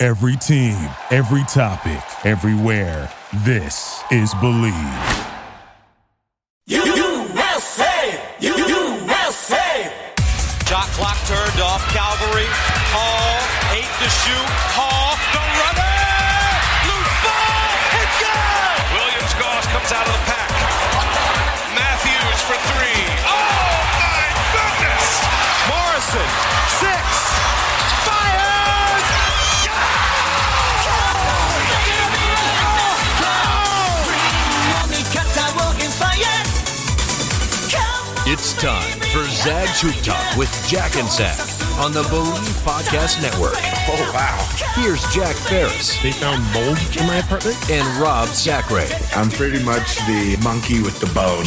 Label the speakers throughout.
Speaker 1: Every team, every topic, everywhere. This is Believe.
Speaker 2: USA! USA!
Speaker 3: Shot clock turned off. Calvary. Hall. Eight to shoot. Hall. The runner. Loose ball. It's good. Williams Goss comes out of the pack. Matthews for three. Oh, my goodness. Morrison. Six. Fires.
Speaker 4: It's time for Zag's Hoop Talk with Jack and Zag on the Believe Podcast Network. Oh, wow. Here's Jack Ferris
Speaker 5: They found mold in my apartment.
Speaker 4: and Rob Zachary.
Speaker 6: I'm pretty much the monkey with the bone.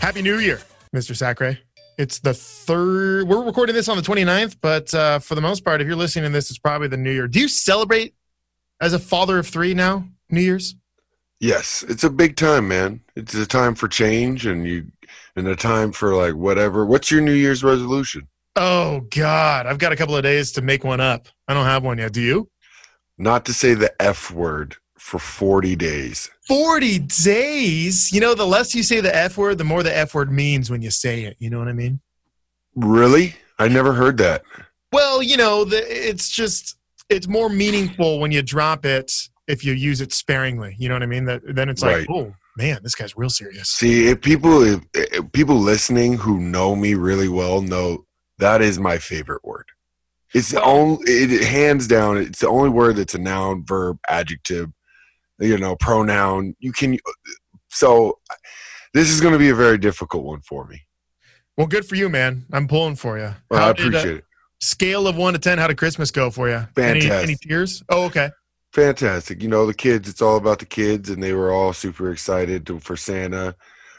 Speaker 5: Happy New Year, Mr. Sacre. It's the third. We're recording this on the 29th, but uh, for the most part, if you're listening to this, it's probably the New Year. Do you celebrate as a father of three now, New Year's?
Speaker 7: Yes, it's a big time, man. It's a time for change and you and a time for like whatever. What's your New Year's resolution?
Speaker 5: Oh, God. I've got a couple of days to make one up. I don't have one yet. Do you?
Speaker 7: Not to say the F word for 40 days.
Speaker 5: 40 days. You know, the less you say the F word, the more the F word means when you say it. You know what I mean?
Speaker 7: Really? I never heard that.
Speaker 5: Well, you know, the, it's just it's more meaningful when you drop it if you use it sparingly. You know what I mean? That then it's like,
Speaker 7: Right.
Speaker 5: oh man, this guy's real serious.
Speaker 7: See, if people if, if people listening who know me really well know that is my favorite word. It's the only it hands down it's the only word that's a noun, verb, adjective, you know, pronoun. You can so this is going to be a very difficult one for me.
Speaker 5: Well, good for you, man. I'm pulling for you.
Speaker 7: Well, I
Speaker 5: did, uh,
Speaker 7: appreciate it.
Speaker 5: Scale of one to ten, how did Christmas go for you? Any, any
Speaker 7: Fantastic.
Speaker 5: tears? Oh, okay.
Speaker 7: fantastic. You know, the kids, it's all about the kids, and they were all super excited to, for Santa.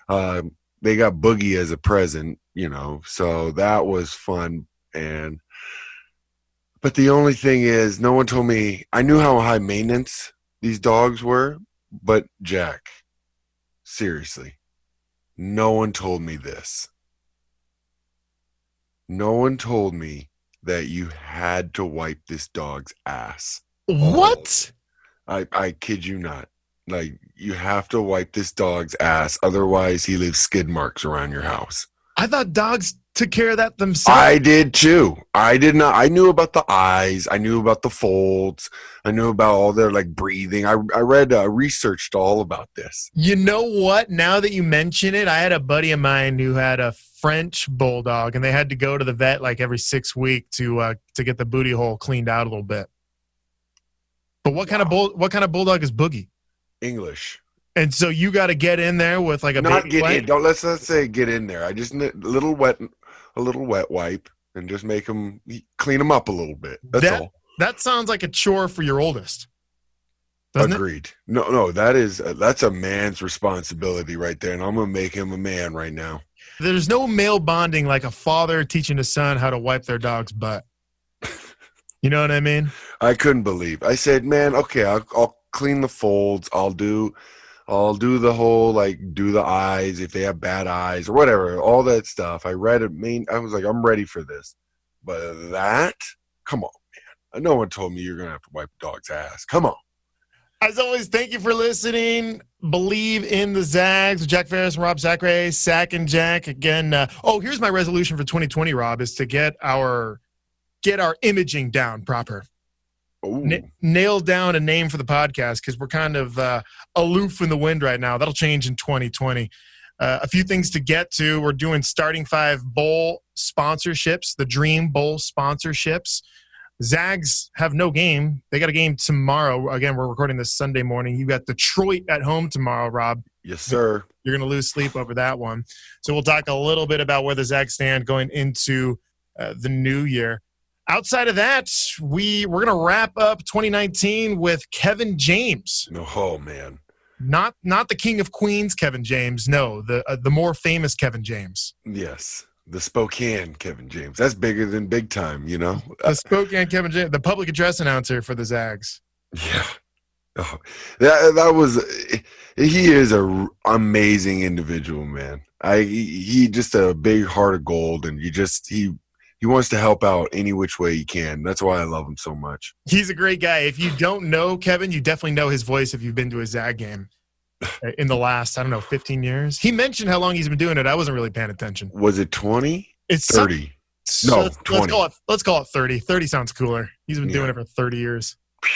Speaker 7: Um, they got Boogie as a present, you know, so that was fun. And, but the only thing is, no one told me, I knew how high maintenance these dogs were, but Jack, seriously, no one told me this. No one told me that you had to wipe this dog's ass. Oh.
Speaker 5: What?
Speaker 7: I, I kid you not. Like you have to wipe this dog's ass, otherwise he leaves skid marks around your house.
Speaker 5: I thought dogs took care of that themselves.
Speaker 7: I did too. I did not. I knew about the eyes. I knew about the folds. I knew about all their like breathing. I I read uh, researched all about this.
Speaker 5: You know what? Now that you mention it, I had a buddy of mine who had a French bulldog, and they had to go to the vet like every six week to uh, to get the booty hole cleaned out a little bit. But what kind of bull? What kind of bulldog is Boogie?
Speaker 7: English.
Speaker 5: And so you got to get in there with like a
Speaker 7: Not
Speaker 5: baby
Speaker 7: get
Speaker 5: wipe.
Speaker 7: in. Don't let's not say get in there. I just kn- a little wet, a little wet wipe, and just make him clean him up a little bit. That's
Speaker 5: That-
Speaker 7: all.
Speaker 5: That sounds like a chore for your oldest, doesn't it?
Speaker 7: Agreed. No, no, that is uh, that's a man's responsibility right there, and I'm gonna make him a man right now.
Speaker 5: There's no male bonding like a father teaching a son how to wipe their dog's butt. You know what I mean?
Speaker 7: I couldn't believe. I said, man, okay, I'll, I'll clean the folds. I'll do, I'll do the whole like do the eyes if they have bad eyes or whatever, all that stuff. I read it. Mean, I was like, I'm ready for this, but that, come on, man. No one told me you're gonna have to wipe a dog's ass. Come on.
Speaker 5: As always, thank you for listening. Believe in the Zags. with Jack Ferris and Rob Sacre, Sack and Jack. Again, uh, oh, here's my resolution for 2020, Rob, is to get our get our imaging down proper.
Speaker 7: Ooh,
Speaker 5: Na- nail down a name for the podcast because we're kind of uh, aloof in the wind right now. That'll change in 2020. Uh, a few things to get to. We're doing starting five bowl sponsorships, the Dream Bowl sponsorships. Zags have no game. They got a game tomorrow. Again, we're recording this Sunday morning. You got Detroit at home tomorrow, Rob.
Speaker 7: Yes, sir.
Speaker 5: You're going to lose sleep over that one. So we'll talk a little bit about where the Zags stand going into uh, the new year. Outside of that, we we're going to wrap up 2019 with Kevin James.
Speaker 7: No, oh man.
Speaker 5: Not not the King of Queens, Kevin James. No, the uh, the more famous Kevin James.
Speaker 7: Yes, the Spokane Kevin James. That's bigger than big time, you know.
Speaker 5: The Spokane Kevin James, the public address announcer for the Zags.
Speaker 7: Yeah. Oh, that that was he is a r- amazing individual, man. I he he just a big heart of gold, and you just he he wants to help out any which way he can. That's why I love him so much.
Speaker 5: He's a great guy. If you don't know Kevin, you definitely know his voice if you've been to a Zag game uh, in the last, I don't know, 15 years. He mentioned how long he's been doing it. I wasn't really paying attention.
Speaker 7: Was it twenty?
Speaker 5: It's some-
Speaker 7: Thirty? No,
Speaker 5: let's, let's
Speaker 7: 20.
Speaker 5: call it let's call it 30. 30 sounds cooler. He's been doing
Speaker 7: Yeah.
Speaker 5: it for 30 years.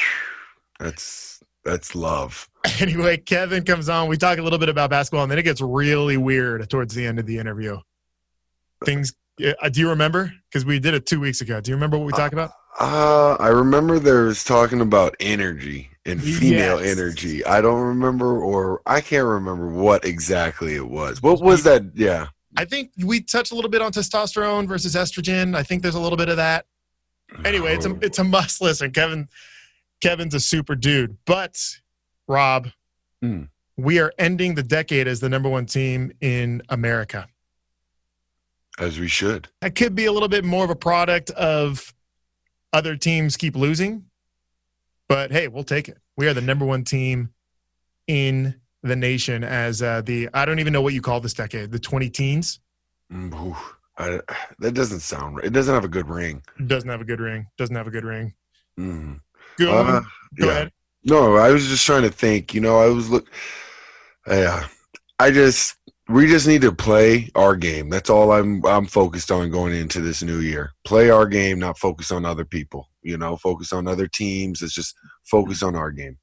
Speaker 7: That's that's love.
Speaker 5: Anyway, Kevin comes on. We talk a little bit about basketball and then it gets really weird towards the end of the interview. Things uh, do you remember? Because we did it two weeks ago. Do you remember what we talked about?
Speaker 7: Uh, I remember there was talking about energy and female
Speaker 5: Yes.
Speaker 7: energy. I don't remember, or I can't remember what exactly it was. What was that? Yeah,
Speaker 5: I think we touch a little bit on testosterone versus estrogen. I think there's a little bit of that. Anyway, it's a
Speaker 7: Oh,
Speaker 5: it's a must listen. Kevin Kevin's a super dude. But Rob,
Speaker 7: Hmm.
Speaker 5: we are ending the decade as the number one team in America.
Speaker 7: as we should.
Speaker 5: That could be a little bit more of a product of other teams keep losing. But hey, we'll take it. We are the number one team in the nation as uh, the I don't even know what you call this decade, the 20 teens.
Speaker 7: Mm, ooh, I, that doesn't sound right. It doesn't have a good ring.
Speaker 5: doesn't have a good ring. Doesn't have a good ring.
Speaker 7: Mm.
Speaker 5: Go,
Speaker 7: Uh,
Speaker 5: go
Speaker 7: yeah.
Speaker 5: ahead.
Speaker 7: No, I was just trying to think. You know, I was look. Yeah, I just we just need to play our game. That's all I'm I'm focused on going into this new year. Play our game, not focus on other people. You know, focus on other teams. It's just focus on our game.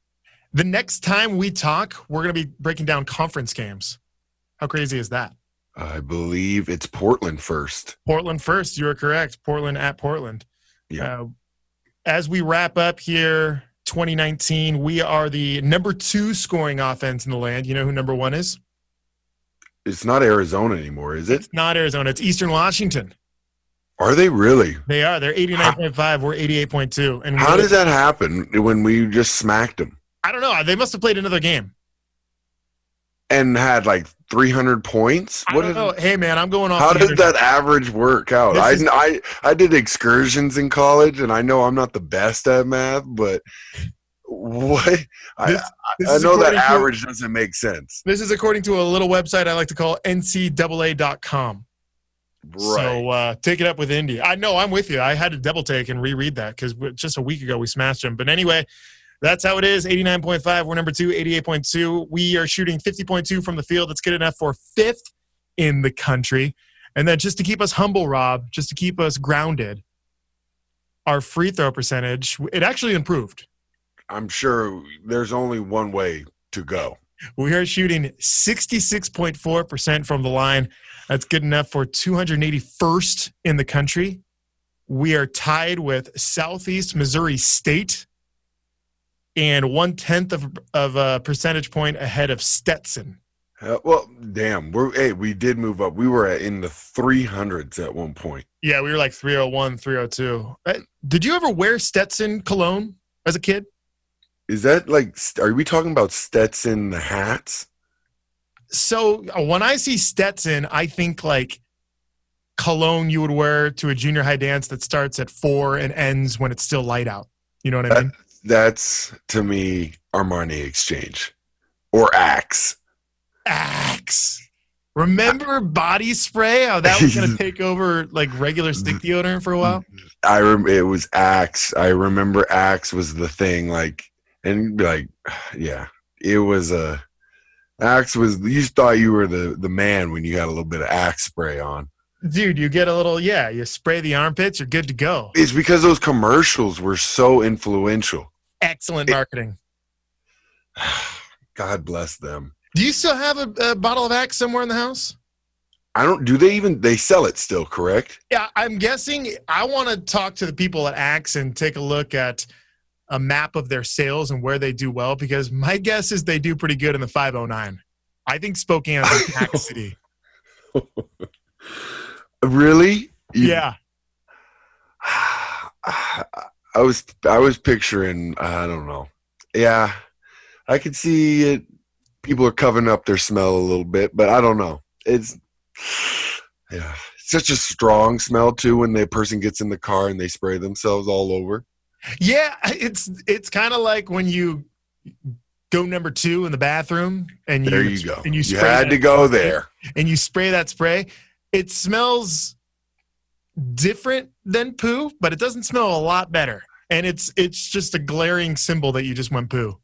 Speaker 5: The next time we talk, we're going to be breaking down conference games. How crazy is that?
Speaker 7: I believe it's Portland first.
Speaker 5: Portland first. You are correct. Portland at Portland.
Speaker 7: Yeah.
Speaker 5: Uh, as we wrap up here, 2019, we are the number two scoring offense in the land. You know who number one is?
Speaker 7: It's not Arizona anymore, is it?
Speaker 5: Not Arizona. It's Eastern Washington.
Speaker 7: Are they really?
Speaker 5: They are. They're 89.5. We're 88.2. And
Speaker 7: How
Speaker 5: we-
Speaker 7: does that happen when we just smacked them
Speaker 5: I don't know. They must have played another game.
Speaker 7: and had like 300 points?
Speaker 5: I don't know. Hey, man, I'm going off.
Speaker 7: How
Speaker 5: the
Speaker 7: does
Speaker 5: internet.
Speaker 7: that average work out?
Speaker 5: This
Speaker 7: I,
Speaker 5: is-
Speaker 7: I I did excursions in college, and I know I'm not the best at math, but what I,
Speaker 5: This- This
Speaker 7: I
Speaker 5: is
Speaker 7: know that
Speaker 5: according to-
Speaker 7: average doesn't make sense.
Speaker 5: This is according to a little website I like to call ncaa.com. So
Speaker 7: Right.
Speaker 5: uh, take it up with Indy. I know I'm with you. I had to double take and reread that because just a week ago we smashed them. But anyway, that's how it is. 89.5. We're number two, 88.2. We are shooting 50.2 from the field. That's good enough for fifth in the country. And then just to keep us humble, Rob, just to keep us grounded, our free throw percentage, it actually improved.
Speaker 7: I'm sure there's only one way to go.
Speaker 5: We are shooting 66.4% from the line. That's good enough for 281st in the country. We are tied with Southeast Missouri State and one tenth of, of a percentage point ahead of Stetson.
Speaker 7: Uh, well, damn, we're hey, we did move up. We were at, in the 300s at one point.
Speaker 5: Yeah, we were like 301, 302. Uh, Did you ever wear Stetson cologne as a kid?
Speaker 7: Is that like? st- Are we talking about Stetson the hats?
Speaker 5: So uh, when I see Stetson, I think like cologne you would wear to a junior high dance that starts at four and ends when it's still light out. You know what I mean?
Speaker 7: That's to me Armani Exchange or Axe.
Speaker 5: Axe. Remember body spray? How that was gonna take over like regular stick deodorant for a while.
Speaker 7: I rem- it was Axe. I remember Axe was the thing. Like and like, yeah, it was a Axe was. You thought you were the the man when you had a little bit of Axe spray on.
Speaker 5: Dude, you get a little yeah. You spray the armpits, you're good to go.
Speaker 7: It's because those commercials were so influential.
Speaker 5: Excellent marketing.
Speaker 7: God bless them.
Speaker 5: Do you still have a, a bottle of Axe somewhere in the house?
Speaker 7: I don't. Do they even? They sell it still, correct?
Speaker 5: Yeah, I'm guessing I want to talk to the people at Axe and take a look at a map of their sales and where they do well because my guess is they do pretty good in the 509. I think Spokane is an Axe city.
Speaker 7: Really? You-
Speaker 5: Yeah.
Speaker 7: I was I was picturing I don't know. Yeah, I could see it. People are covering up their smell a little bit, but I don't know. It's yeah, it's such a strong smell too when the person gets in the car and they spray themselves all over.
Speaker 5: Yeah, it's it's kind of like when you go number 2 in the bathroom and you
Speaker 7: There you go.
Speaker 5: and you spray
Speaker 7: had
Speaker 5: that-
Speaker 7: to go there.
Speaker 5: and you spray that spray, it smells different than poo, but it doesn't smell a lot better. And it's it's just a glaring symbol that you just went poo.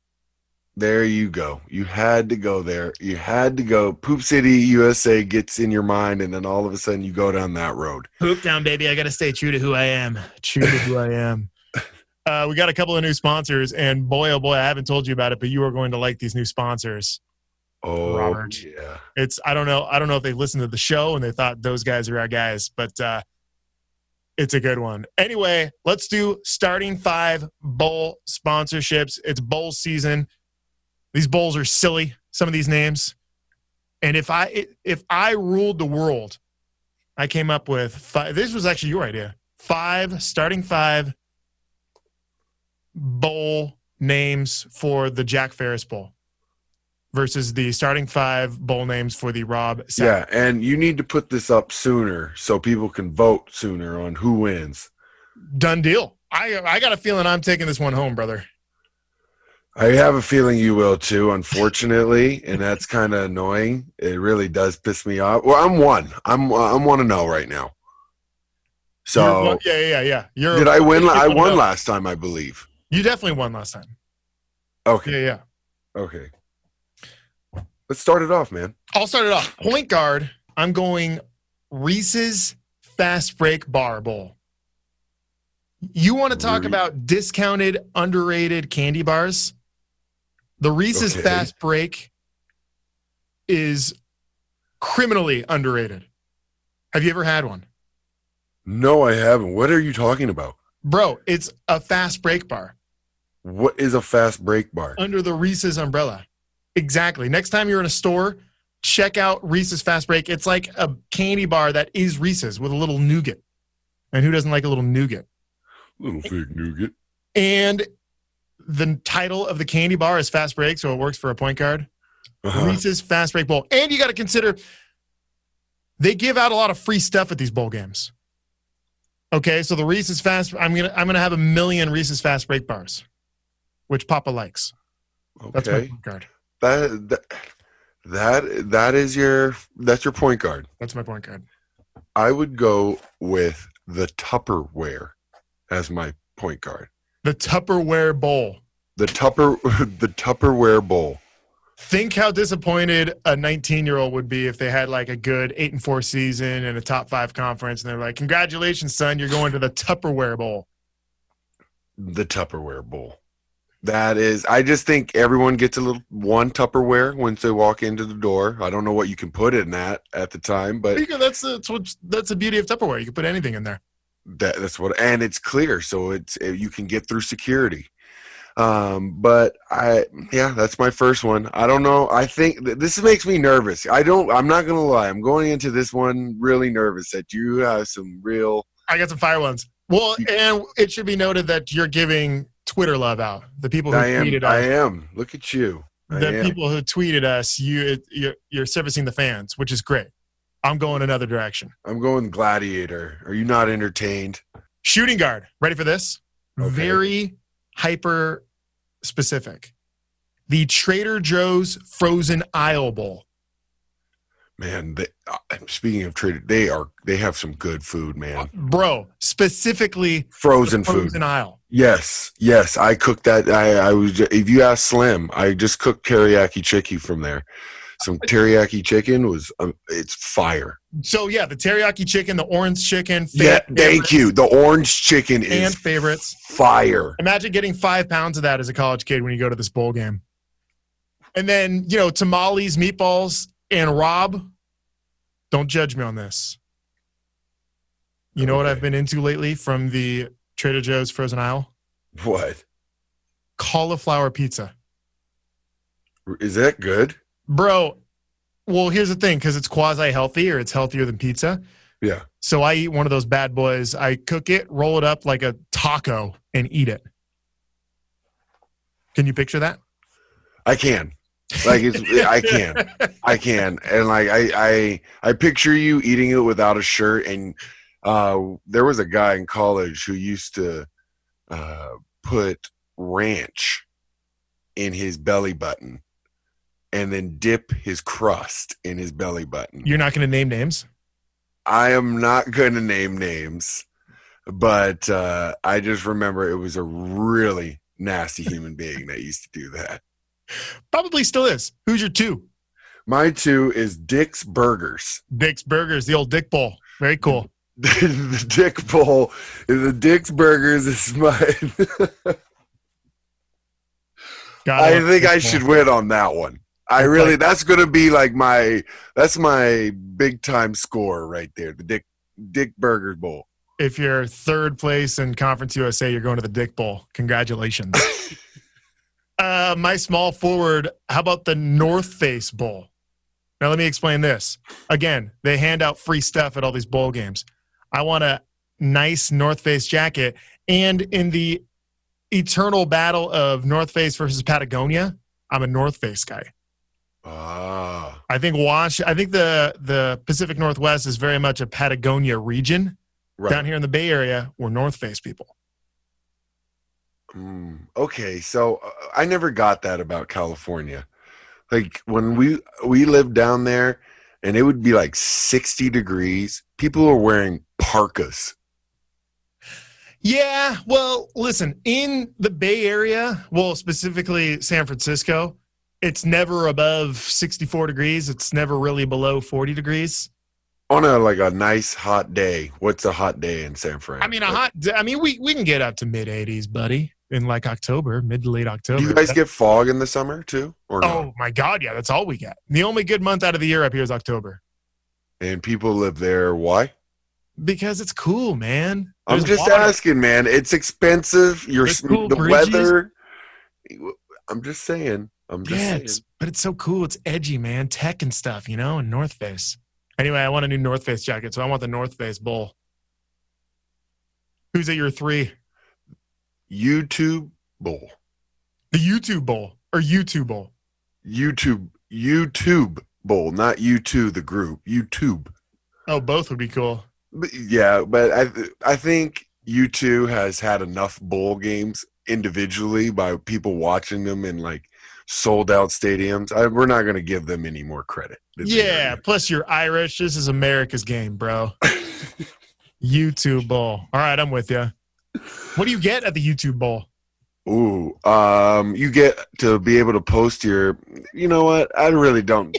Speaker 7: There you go. You had to go there. You had to go. Poop City USA gets in your mind, and then all of a sudden you go down that road.
Speaker 5: Poop down, baby. I gotta stay true to who I am. True to who I am. Uh, we got a couple of new sponsors, and boy, oh boy, I haven't told you about it, but you are going to like these new sponsors.
Speaker 7: Oh,
Speaker 5: Robert.
Speaker 7: yeah.
Speaker 5: It's I don't know, I don't know if they listened to the show and they thought those guys are our guys, but uh, it's a good one. Anyway, let's do starting five bowl sponsorships. It's bowl season. These bowls are silly. Some of these names, and if I if I ruled the world, I came up with five. This was actually your idea. Five starting five bowl names for the Jack Ferris Bowl versus the starting five bowl names for the Rob. Sapp
Speaker 7: Yeah, and you need to put this up sooner so people can vote sooner on who wins.
Speaker 5: done deal. I I got a feeling I'm taking this one home, brother.
Speaker 7: I have a feeling you will too, unfortunately, and that's kind of annoying. It really does piss me off. Well, I'm one. I'm I'm one to know right now.
Speaker 5: You're
Speaker 7: So
Speaker 5: one- yeah, yeah, yeah. You're
Speaker 7: did I win?
Speaker 5: you're
Speaker 7: I
Speaker 5: one oh.
Speaker 7: won
Speaker 5: to know.
Speaker 7: last time, I believe.
Speaker 5: You definitely won last time.
Speaker 7: Okay,
Speaker 5: Yeah, yeah.
Speaker 7: okay. Let's start it off, man.
Speaker 5: I'll start it off. Point guard. I'm going Reese's Fast Break Bar Bowl. You want to talk
Speaker 7: Re-
Speaker 5: about discounted, underrated candy bars? The Reese's
Speaker 7: Okay.
Speaker 5: Fast Break is criminally underrated. Have you ever had one?
Speaker 7: No, I haven't. What are you talking about?
Speaker 5: Bro, it's a fast break bar.
Speaker 7: What is a fast break bar?
Speaker 5: under the Reese's umbrella. Exactly. Next time you're in a store, check out Reese's Fast Break. It's like a candy bar that is Reese's with a little nougat. And who doesn't like a little nougat?
Speaker 7: Little fig nougat.
Speaker 5: And the title of the candy bar is Fast Break, so it works for a point guard.
Speaker 7: Uh-huh.
Speaker 5: Reese's Fast Break Bowl. And you got to consider they give out a lot of free stuff at these bowl games. Okay, so the Reese's Fast I'm going to I'm going to have a million Reese's Fast Break bars, which Papa likes. That's my
Speaker 7: Okay.
Speaker 5: point guard.
Speaker 7: that that that that is your that's your point guard.
Speaker 5: That's my point guard.
Speaker 7: I would go with the Tupperware as my point guard.
Speaker 5: The Tupperware Bowl.
Speaker 7: The Tupper the Tupperware Bowl.
Speaker 5: Think how disappointed a 19 year old would be if they had like a good eight and four season and a top five conference, and they're like, "Congratulations, son, you're going to the Tupperware Bowl."
Speaker 7: The Tupperware Bowl. That is I just think everyone gets a little one Tupperware once they walk into the door. I don't know what you can put in that at the time, but
Speaker 5: Because that's the that's, what, that's the beauty of Tupperware. You can put anything in there.
Speaker 7: that that's what and it's clear so it's eh, you can get through security um but i yeah that's my first one i don't know i think th- this makes me nervous i don't i'm not gonna lie i'm going into this one really nervous that you have some real
Speaker 5: I got some fire ones. Well, and it should be noted that you're giving Twitter love out. The people who
Speaker 7: i am
Speaker 5: tweeted
Speaker 7: i
Speaker 5: us,
Speaker 7: am look at you I
Speaker 5: the
Speaker 7: am.
Speaker 5: people who tweeted us, you it, you're, you're servicing the fans, which is great. I'm going another direction.
Speaker 7: i'm going gladiator are you not entertained
Speaker 5: Shooting guard. Ready for this?
Speaker 7: Okay.
Speaker 5: Very hyper specific. The Trader Joe's Frozen Isle Bowl.
Speaker 7: man they, uh, speaking of trader they are they have some good food man
Speaker 5: Bro, specifically
Speaker 7: frozen food
Speaker 5: Frozen Isle.
Speaker 7: Yes, yes, I cooked that. I, I was. If you ask Slim, I just cooked teriyaki chicken from there. Some teriyaki chicken was. Um, it's fire.
Speaker 5: So yeah, the teriyaki chicken, the orange chicken, fan
Speaker 7: Yeah,
Speaker 5: favorites,
Speaker 7: thank you. The orange chicken
Speaker 5: Fan
Speaker 7: is
Speaker 5: favorites.
Speaker 7: fire.
Speaker 5: Imagine getting five pounds of that as a college kid when you go to this bowl game. And then, you know, tamales, meatballs, and Rob Don't judge me on this. You know what
Speaker 7: Okay.
Speaker 5: I've been into lately from the Trader Joe's frozen aisle?
Speaker 7: What?
Speaker 5: Cauliflower pizza.
Speaker 7: Is that good?
Speaker 5: Bro, well, here's the thing because it's quasi healthy or it's healthier than pizza.
Speaker 7: Yeah.
Speaker 5: So I eat one of those bad boys. I cook it, roll it up like a taco, and eat it. Can you picture that?
Speaker 7: I can. Like it's I can. I can. And like I I I picture you eating it without a shirt and uh there was a guy in college who used to uh put ranch in his belly button and then dip his crust in his belly button.
Speaker 5: You're not going to name names.
Speaker 7: I am not going to name names, but uh I just remember it was a really nasty human being that used to do that.
Speaker 5: Probably still is. Who's your two?
Speaker 7: My two is Dick's Burgers.
Speaker 5: Dick's Burgers, the old Dick Bowl. Very cool.
Speaker 7: the Dick Bowl, the Dick's Burgers is my.
Speaker 5: Gotta
Speaker 7: I
Speaker 5: love
Speaker 7: think
Speaker 5: Dick
Speaker 7: I
Speaker 5: Bowl.
Speaker 7: should win on that one. I
Speaker 5: Okay.
Speaker 7: really. That's gonna be like my. That's my big time score right there. The Dick Dick Burger Bowl.
Speaker 5: If you're third place in Conference USA, you're going to the Dick Bowl. Congratulations. uh, my small forward, how about the North Face Bowl? Now, let me explain this. Again, they hand out free stuff at all these bowl games. I want a nice North Face jacket. And in the eternal battle of North Face versus Patagonia, I'm a North Face guy.
Speaker 7: Ah,
Speaker 5: I think Wash. I think the the Pacific Northwest is very much a Patagonia region.
Speaker 7: right.
Speaker 5: Down here in the Bay Area, we're North Face people.
Speaker 7: Mm, okay, so uh, I never got that about California. Like when we we lived down there, and it would be like sixty degrees. People are wearing parkas.
Speaker 5: Yeah. Well, listen, in the Bay Area, well, specifically San Francisco, it's never above 64 degrees. It's never really below 40 degrees.
Speaker 7: on a like a nice hot day. What's a hot day in San Fran?
Speaker 5: I mean, a
Speaker 7: Like,
Speaker 5: hot. I mean, we we can get up to mid 80s, buddy, in like October, mid to late October.
Speaker 7: Do you guys get fog in the summer too, or no?
Speaker 5: Oh my God! Yeah, that's all we get. The only good month out of the year up here is October.
Speaker 7: And people live there. Why?
Speaker 5: Because it's cool, man.
Speaker 7: I'm
Speaker 5: There's
Speaker 7: just
Speaker 5: water.
Speaker 7: asking, man. It's expensive. Your
Speaker 5: There's cool
Speaker 7: the
Speaker 5: bridges.
Speaker 7: weather. I'm just saying. I'm just
Speaker 5: Yeah,
Speaker 7: saying.
Speaker 5: it's, but it's so cool. It's edgy, man. Tech and stuff, you know, and North Face. Anyway, I want a new North Face jacket, so I want the North Face Bowl. Who's at your three?
Speaker 7: YouTube bowl.
Speaker 5: The YouTube Bowl or YouTube Bowl.
Speaker 7: YouTube YouTube bowl, not you two the group. YouTube.
Speaker 5: Oh, both would be cool.
Speaker 7: But, yeah, but I I think U two has had enough bowl games individually by people watching them in like sold out stadiums. I, we're not going to give them any more credit. than they
Speaker 5: Yeah, plus you're Irish. This is America's game, bro. YouTube Bowl. All right, I'm with you. What do you get at the YouTube Bowl?
Speaker 7: are. Ooh, um, you get to be able to post your. You know what? I really don't.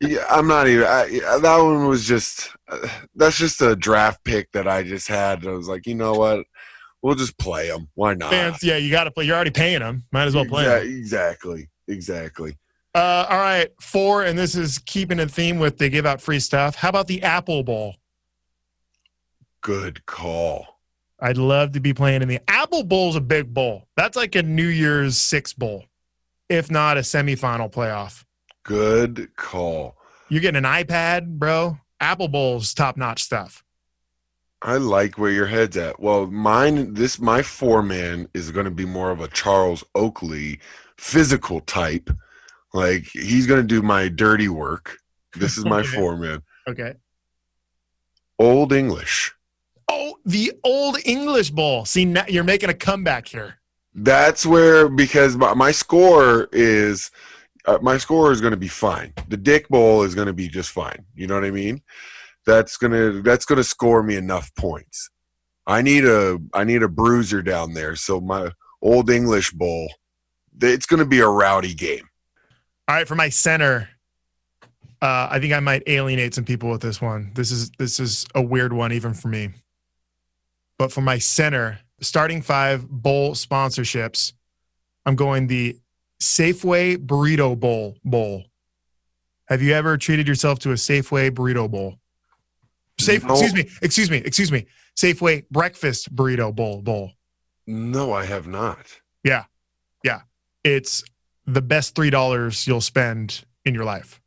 Speaker 7: yeah, I'm not even. I, I- that one was just. Uh, that's just a draft pick that I just had. I was like, you know what? We'll just play them. Why not?
Speaker 5: Fans, yeah, you got to play. You're already paying them. Might as well play. 'em.
Speaker 7: Yeah, exactly. Exactly.
Speaker 5: Uh, all right, four, and this is keeping in theme with they give out free stuff. How about the Apple Bowl?
Speaker 7: Good call.
Speaker 5: I'd love to be playing in the Apple Bowl's a big bowl. That's like a New Year's Six bowl, if not a semifinal playoff.
Speaker 7: Good call.
Speaker 5: You're getting an iPad, bro. Apple Bowl's top notch stuff.
Speaker 7: I like where your head's at. Well, mine, this, my four man is going to be more of a Charles Oakley physical type. Like, he's going to do my dirty work. This is my
Speaker 5: Okay.
Speaker 7: four man.
Speaker 5: Okay.
Speaker 7: Old English.
Speaker 5: Oh, the Old English Bowl. See, now you're making a comeback here.
Speaker 7: That's where, because my, my score is, uh, my score is going to be fine. The Dick Bowl is going to be just fine. You know what I mean? That's gonna that's gonna score me enough points. I need a I need a bruiser down there. So my Old English Bowl, th- it's going to be a rowdy game.
Speaker 5: All right, for my center, uh, I think I might alienate some people with this one. This is this is a weird one even for me. But for my center, starting five bowl sponsorships, I'm going the Safeway Burrito Bowl bowl. Have you ever treated yourself to a Safeway burrito bowl? Safe,
Speaker 7: No.
Speaker 5: excuse me, excuse me, excuse me. Safeway breakfast burrito bowl bowl.
Speaker 7: No, I have not.
Speaker 5: It's the best three dollars you'll spend in your life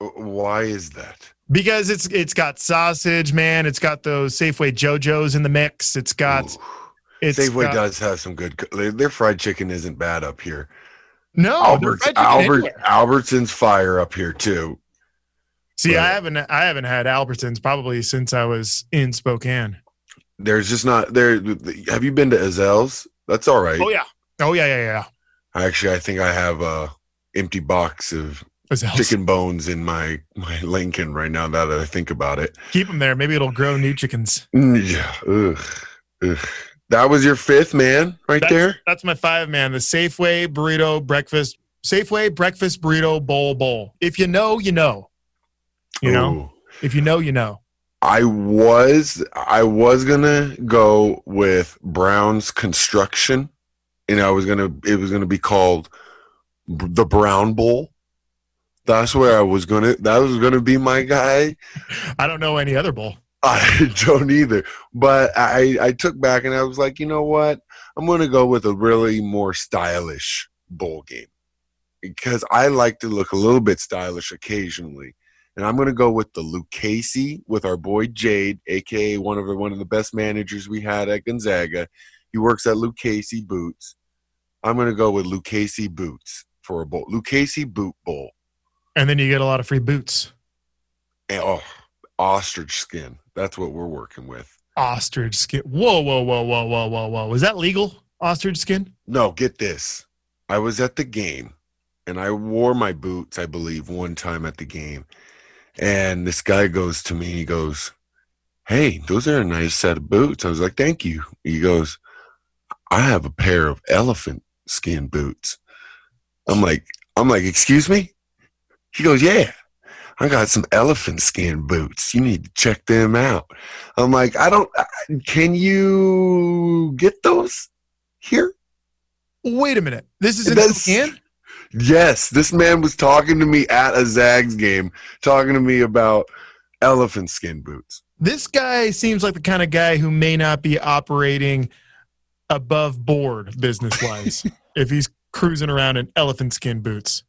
Speaker 7: W- Why is that?
Speaker 5: because it's it's got sausage, man. It's got those Safeway JoJos in the mix. It's got
Speaker 7: Ooh.
Speaker 5: it's
Speaker 7: Safeway
Speaker 5: got-
Speaker 7: does have some good. co- Their, their fried chicken isn't bad up here.
Speaker 5: no
Speaker 7: Albert's
Speaker 5: Oh, fried chicken
Speaker 7: Albert
Speaker 5: anywhere.
Speaker 7: Albertson's fire up here too.
Speaker 5: See, I
Speaker 7: Right.
Speaker 5: haven't I haven't had Albertsons probably since I was in Spokane.
Speaker 7: There's just not there. Have you been to Azell's? That's all right.
Speaker 5: Oh yeah, oh yeah, yeah, yeah.
Speaker 7: Actually, I think I have a empty box of
Speaker 5: Azell's.
Speaker 7: chicken bones in my my Lincoln right now. Now that I think about it,
Speaker 5: Keep them there. Maybe it'll grow new chickens.
Speaker 7: Mm, yeah. Ugh. Ugh. That was your fifth man right
Speaker 5: That's-
Speaker 7: there.
Speaker 5: That's my five man. The Safeway burrito breakfast. Safeway breakfast burrito bowl bowl. If you know, you know. You know.
Speaker 7: Ooh.
Speaker 5: If you know, you know.
Speaker 7: I was I was gonna go with Brown's Construction, and I was gonna it was gonna be called B- the Brown Bowl. That's where I was gonna. That was gonna be my guy.
Speaker 5: I don't know any other bowl.
Speaker 7: I don't either, but I I took back and I was like, you know what? I'm gonna go with a really more stylish bowl game because I like to look a little bit stylish occasionally. And I'm gonna go with the Lucchese with our boy Jade, aka one of the, one of the best managers we had at Gonzaga. He works at Lucchese Boots. I'm gonna go with Lucchese Boots for a bowl. Lucchese Boot Bowl.
Speaker 5: And then you get a lot of free boots.
Speaker 7: And, oh, ostrich skin. That's what we're working with.
Speaker 5: Ostrich skin. Whoa, whoa, whoa, whoa, whoa, whoa, whoa. Is that legal? Ostrich skin?
Speaker 7: No, get this. I was at the game and I wore my boots, I believe, one time at the game. And this guy goes to me, he goes, Hey, those are a nice set of boots. I was like, Thank you. He goes, I have a pair of elephant skin boots. I'm like, I'm like, excuse me? He goes, Yeah, I got some elephant skin boots. You need to check them out. I'm like, I don't, I- can you get those here?
Speaker 5: Wait a minute. This is in
Speaker 7: That's-
Speaker 5: Spokane?
Speaker 7: Yes, this man was talking to me at a Zags game, talking to me about elephant skin boots.
Speaker 5: this guy seems like the kind of guy who may not be operating above board business wise if he's cruising around in elephant skin boots.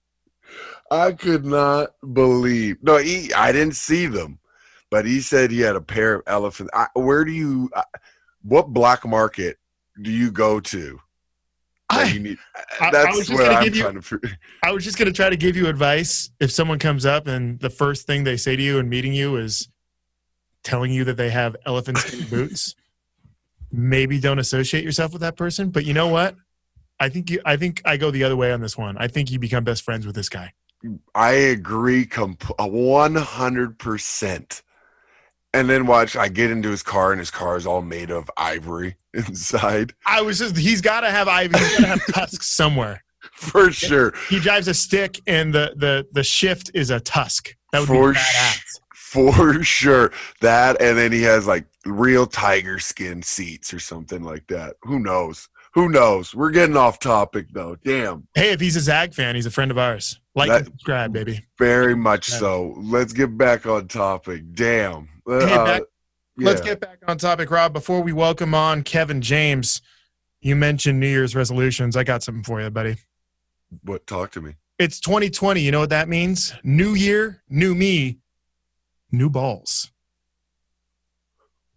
Speaker 7: I could not believe. No, he, I didn't see them, but he said he had a pair of elephant. I, where do you? I, what black market do you go to? that
Speaker 5: I,
Speaker 7: you need,
Speaker 5: I- I
Speaker 7: that's
Speaker 5: was just
Speaker 7: where
Speaker 5: gonna
Speaker 7: I'm
Speaker 5: give you-
Speaker 7: trying to. fi-
Speaker 5: I was just going to try to give you advice if someone comes up and the first thing they say to you in meeting you is telling you that they have elephant skin boots. Maybe don't associate yourself with that person, but you know what? I think you, I think I go the other way on this one. I think you become best friends with this guy.
Speaker 7: I agree comp- 100%. And then watch, I get into his car, and his car is all made of ivory inside.
Speaker 5: I was just he's got to have ivy, he's got to have tusks somewhere.
Speaker 7: For sure.
Speaker 5: he drives a stick and the the the shift is a tusk. That would
Speaker 7: For
Speaker 5: be badass.
Speaker 7: For sure. That, and then he has like real tiger skin seats or something like that. Who knows? Who knows? We're getting off topic though. Damn.
Speaker 5: Hey, if he's a Zag fan, he's a friend of ours. Like
Speaker 7: That-
Speaker 5: and subscribe, baby.
Speaker 7: Very much so. Let's get back on topic. Damn. Uh,
Speaker 5: Hey, back- Let's
Speaker 7: yeah.
Speaker 5: get back on topic, Rob. Before we welcome on Kevin James, you mentioned New Year's resolutions. I got something for you, buddy.
Speaker 7: What? Talk to me.
Speaker 5: It's 2020. You know what that means? New year, new me, new balls.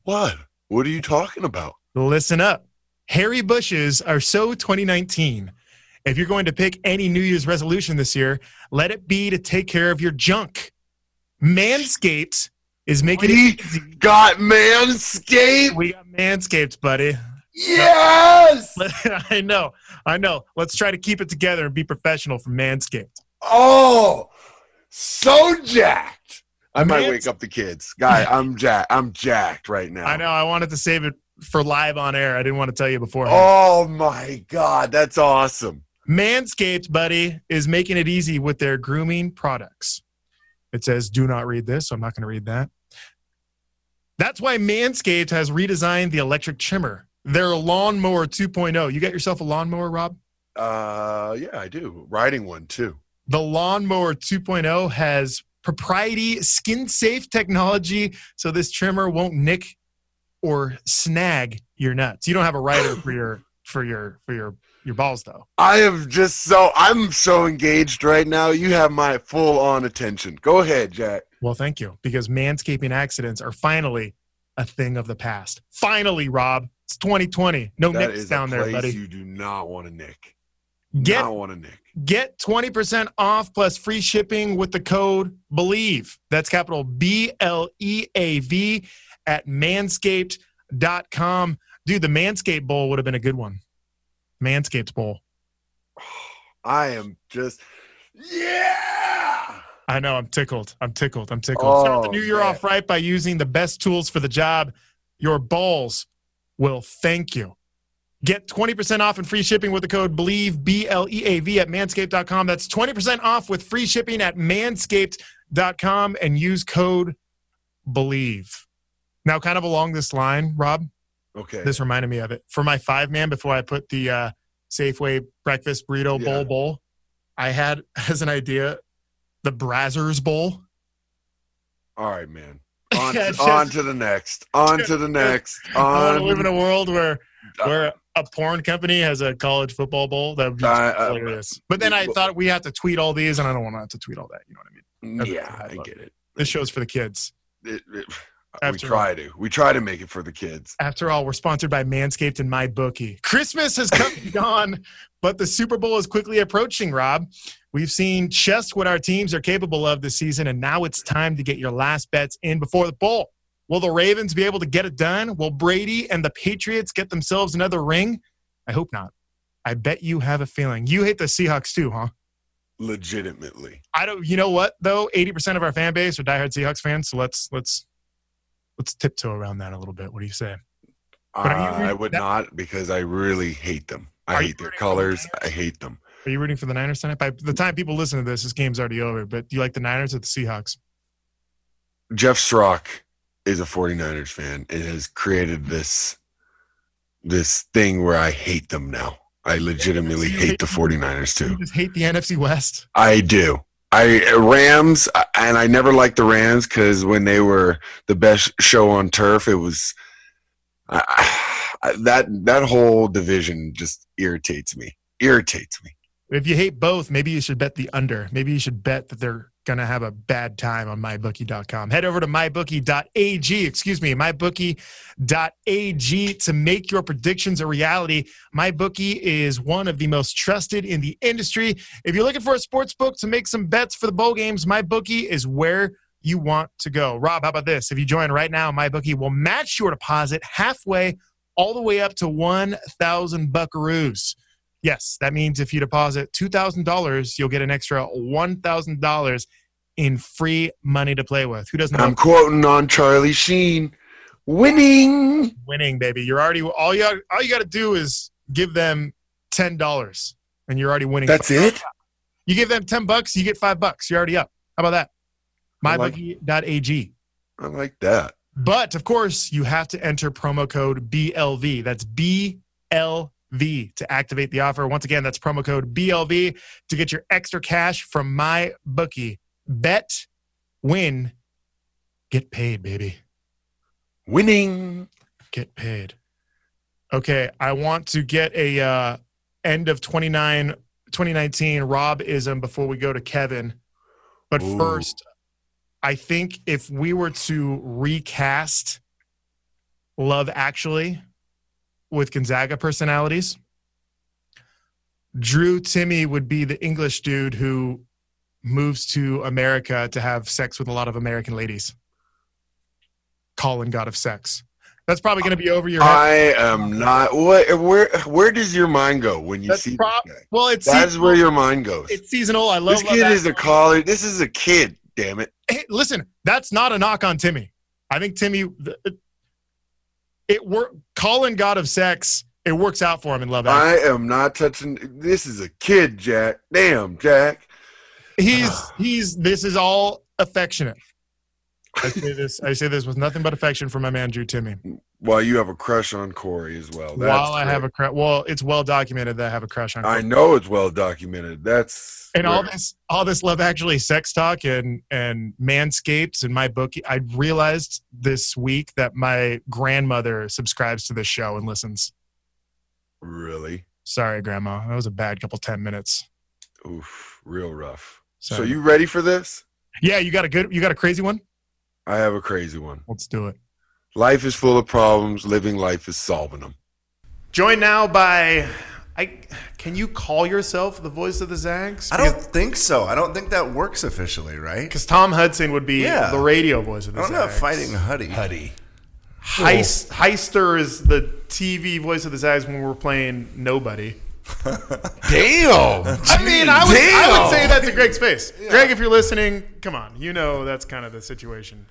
Speaker 7: What? What are you talking about?
Speaker 5: Listen up. Hairy bushes are so 2019. If you're going to pick any New Year's resolution this year, let it be to take care of your junk. Manscaped is making
Speaker 7: We
Speaker 5: it easy.
Speaker 7: got Manscaped.
Speaker 5: We got Manscaped, buddy.
Speaker 7: Yes.
Speaker 5: I know. I know. Let's try to keep it together and be professional for Manscaped.
Speaker 7: Oh, so jacked. I might
Speaker 5: Mans-
Speaker 7: wake up the kids. Guy, I'm jacked. I'm jacked right now.
Speaker 5: I know. I wanted to save it for live on air. I didn't want to tell you before.
Speaker 7: Oh my god, that's awesome.
Speaker 5: Manscaped, buddy, is making it easy with their grooming products. It says, do not read this, so I'm not going to read that. That's why Manscaped has redesigned the electric trimmer, their oh. lawnmower 2.0. You got yourself a lawnmower, Rob?
Speaker 7: Uh yeah, I do. Riding one too.
Speaker 5: The Lawnmower 2.0 has propriety skin safe technology, so this trimmer won't nick or snag your nuts. You don't have a rider for your for your for your your balls though.
Speaker 7: I am just so I'm so engaged right now. You have my full on attention. Go ahead, Jack.
Speaker 5: Well, thank you, because manscaping accidents are finally a thing of the past. Finally, Rob, it's 2020. No
Speaker 7: That
Speaker 5: nicks
Speaker 7: is
Speaker 5: down
Speaker 7: a
Speaker 5: there,
Speaker 7: place
Speaker 5: buddy.
Speaker 7: you do not want to nick.
Speaker 5: Get
Speaker 7: Not want to nick.
Speaker 5: Get 20% off plus free shipping with the code BELIEVE. That's capital B L E A V at manscaped.com. Dude, the Manscaped Bowl would have been a good one. Manscaped Bowl.
Speaker 7: I am just yeah.
Speaker 5: I know, I'm tickled. I'm tickled. I'm tickled.
Speaker 7: Oh,
Speaker 5: Start the new year
Speaker 7: man.
Speaker 5: off right by using the best tools for the job. Your balls will thank you. Get 20% off and free shipping with the code BELIEVE, B L E A V, at manscaped.com. That's 20% off with free shipping at manscaped.com and use code BELIEVE. Now, kind of along this line, Rob,
Speaker 7: Okay.
Speaker 5: this reminded me of it. For my five man, before I put the uh, Safeway breakfast burrito
Speaker 7: Yeah.
Speaker 5: bowl bowl, I had as an idea the Brazzers Bowl.
Speaker 7: All right, man. On,
Speaker 5: Yeah,
Speaker 7: to,
Speaker 5: it's
Speaker 7: on
Speaker 5: just-
Speaker 7: to the next. On to the next.
Speaker 5: I want to live
Speaker 7: On.
Speaker 5: in a world where
Speaker 7: Um, Uh,
Speaker 5: where a porn company has a college football bowl. That would be
Speaker 7: I- I-
Speaker 5: hilarious. But then I thought we have to tweet all these, and I don't want to have to tweet all that. You know what I mean?
Speaker 7: yeah, I get it.
Speaker 5: This show's for the kids.
Speaker 7: It- it- we
Speaker 5: After-
Speaker 7: try to. We try to make it for the kids.
Speaker 5: After all, we're sponsored by Manscaped and MyBookie. Christmas has come and gone, but the Super Bowl is quickly approaching, Rob. We've seen just what our teams are capable of this season, and now it's time to get your last bets in before the bowl. Will the Ravens be able to get it done? Will Brady and the Patriots get themselves another ring? I hope not. I bet you have a feeling. You hate the Seahawks too, huh?
Speaker 7: Legitimately.
Speaker 5: I don't. You know what though? Eighty percent of our fan base are diehard Seahawks fans, so let's let's let's tiptoe around that a little bit. What do you say? But are you
Speaker 7: Uh,
Speaker 5: rooting-
Speaker 7: I would
Speaker 5: that-
Speaker 7: not because I really hate them. I
Speaker 5: Are you
Speaker 7: hate their
Speaker 5: rooting for the
Speaker 7: colors. I hate them.
Speaker 5: Are you rooting for the Niners tonight? By the time people listen to this, this game's already over. But do you like the Niners or the Seahawks?
Speaker 7: Jeff Schrock is a 49ers fan and has created this this thing where I hate them now. I legitimately
Speaker 5: You
Speaker 7: hate
Speaker 5: hate-
Speaker 7: the 49ers
Speaker 5: You
Speaker 7: too.
Speaker 5: just hate the NFC West.
Speaker 7: I do. I uh, Rams I- and I never liked the Rams cuz when they were the best show on turf it was I, I, that that whole division just irritates me. Irritates me.
Speaker 5: If you hate both, maybe you should bet the under. Maybe you should bet that they're going to have a bad time on mybookie.com. Head over to mybookie.ag, excuse me, mybookie.ag to make your predictions a reality. MyBookie is one of the most trusted in the industry. If you're looking for a sports book to make some bets for the bowl games, MyBookie is where you want to go. Rob, how about this? If you join right now, MyBookie will match your deposit halfway all the way up to 1,000 buckaroos. Yes, that means if you deposit $2,000, you'll get an extra $1,000 in free money to play with. Who doesn't
Speaker 7: I'm
Speaker 5: love
Speaker 7: quoting on Charlie Sheen. Winning.
Speaker 5: winning, baby? You're already all you got- all you got to do is give them $10 and you're already winning.
Speaker 7: That's it.
Speaker 5: You give them 10 bucks, you get 5 bucks. You're already up. How about that?
Speaker 7: I like-
Speaker 5: mybookie.ag.
Speaker 7: I like that.
Speaker 5: But of course, you have to enter promo code BLV. That's BLV to activate the offer. Once again, that's promo code BLV to get your extra cash from my bookie. Bet, win, get paid, baby.
Speaker 7: Winning.
Speaker 5: Get paid. Okay, I want to get a uh, end of 29 2019 Rob ism before we go to Kevin. But
Speaker 7: Ooh.
Speaker 5: first, I think if we were to recast Love Actually with Gonzaga personalities, Drew Timmy would be the English dude who moves to America to have sex with a lot of American ladies. Colin God of Sex. That's probably going to be over your head.
Speaker 7: I am not. What? Where? Where does your mind go when you
Speaker 5: That's
Speaker 7: see?
Speaker 5: prob-
Speaker 7: this guy?
Speaker 5: well, it's
Speaker 7: That's
Speaker 5: seasonal.
Speaker 7: where your mind goes.
Speaker 5: it's seasonal. I love
Speaker 7: This kid
Speaker 5: Love
Speaker 7: is a
Speaker 5: Actually.
Speaker 7: college. This is a kid. Damn it.
Speaker 5: hey, listen, that's not a knock on Timmy. I think Timmy, th- it work. Colin God of Sex, it works out for him in Love Actually.
Speaker 7: I am not touching. This is a kid, Jack. Damn, Jack.
Speaker 5: he's he's this is all affectionate.
Speaker 8: I say this. I say this with nothing but affection for my man Drew Timmy.
Speaker 7: While you have a crush on Corey as well. That's
Speaker 8: While I have
Speaker 7: great.
Speaker 8: a crush, well, it's well documented that I have a crush on.
Speaker 7: I
Speaker 8: Chris.
Speaker 7: know it's well documented. That's
Speaker 8: And all
Speaker 7: great.
Speaker 8: this, all this love actually, sex talk and and manscapes and my book. I realized this week that my grandmother subscribes to this show and listens.
Speaker 7: really
Speaker 8: Sorry, Grandma, that was a bad couple ten minutes.
Speaker 7: oof, real rough. So
Speaker 8: Sorry.
Speaker 7: you ready for this?
Speaker 8: yeah, you got a good, you got a crazy one.
Speaker 7: I have a crazy one.
Speaker 8: Let's do it.
Speaker 7: Life is full of problems. Living life is solving them.
Speaker 5: Joined now by, I can you call yourself the voice of the Zags?
Speaker 9: I don't think so. I don't think that works officially, right?
Speaker 5: because Tom Hudson would be
Speaker 9: Yeah.
Speaker 5: the radio voice of the
Speaker 9: I don't know
Speaker 5: Zags.
Speaker 9: if fighting Huddy.
Speaker 10: Huddy.
Speaker 5: Heist, Heister is the TV voice of the Zags when we're playing Nobody.
Speaker 10: Damn.
Speaker 5: I mean, I would, I would say that to Greg's face. Greg, if you're listening, come on. You know that's kind of the situation.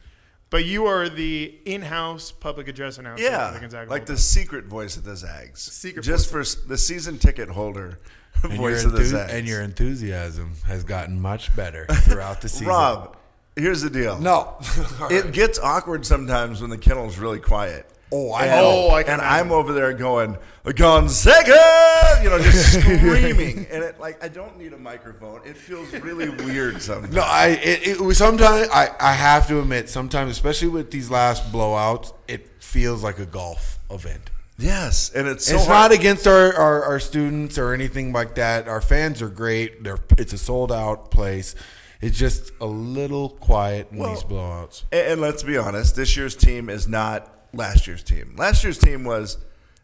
Speaker 5: But you are the in-house public address announcer. for the
Speaker 9: Yeah,
Speaker 5: Gonzaga
Speaker 9: like the
Speaker 5: Bulldogs.
Speaker 9: secret voice of the Zags.
Speaker 5: Secret
Speaker 9: just for s- the season ticket holder
Speaker 10: And
Speaker 9: voice
Speaker 10: your
Speaker 9: of the
Speaker 10: enthu-
Speaker 9: Zags.
Speaker 10: And your enthusiasm has gotten much better throughout the season.
Speaker 9: Rob. Here's the deal.
Speaker 10: No.
Speaker 9: it gets awkward sometimes when the kennel's really quiet.
Speaker 10: oh, I
Speaker 9: And,
Speaker 10: know.
Speaker 5: I can
Speaker 9: and
Speaker 5: imagine.
Speaker 9: I'm over there going Gonzaga, you know, just screaming, and it like I don't need a microphone. It feels really weird sometimes.
Speaker 10: No, I it, it was sometimes I, I have to admit sometimes especially with these last blowouts it feels like a golf event.
Speaker 9: Yes, and it's so
Speaker 10: it's not
Speaker 9: hard.
Speaker 10: against our, our, our students or anything like that. Our fans are great. They're it's a sold out place. It's just a little quiet in these blowouts.
Speaker 9: And, and let's be honest, this year's team is not last year's team. Last year's team was.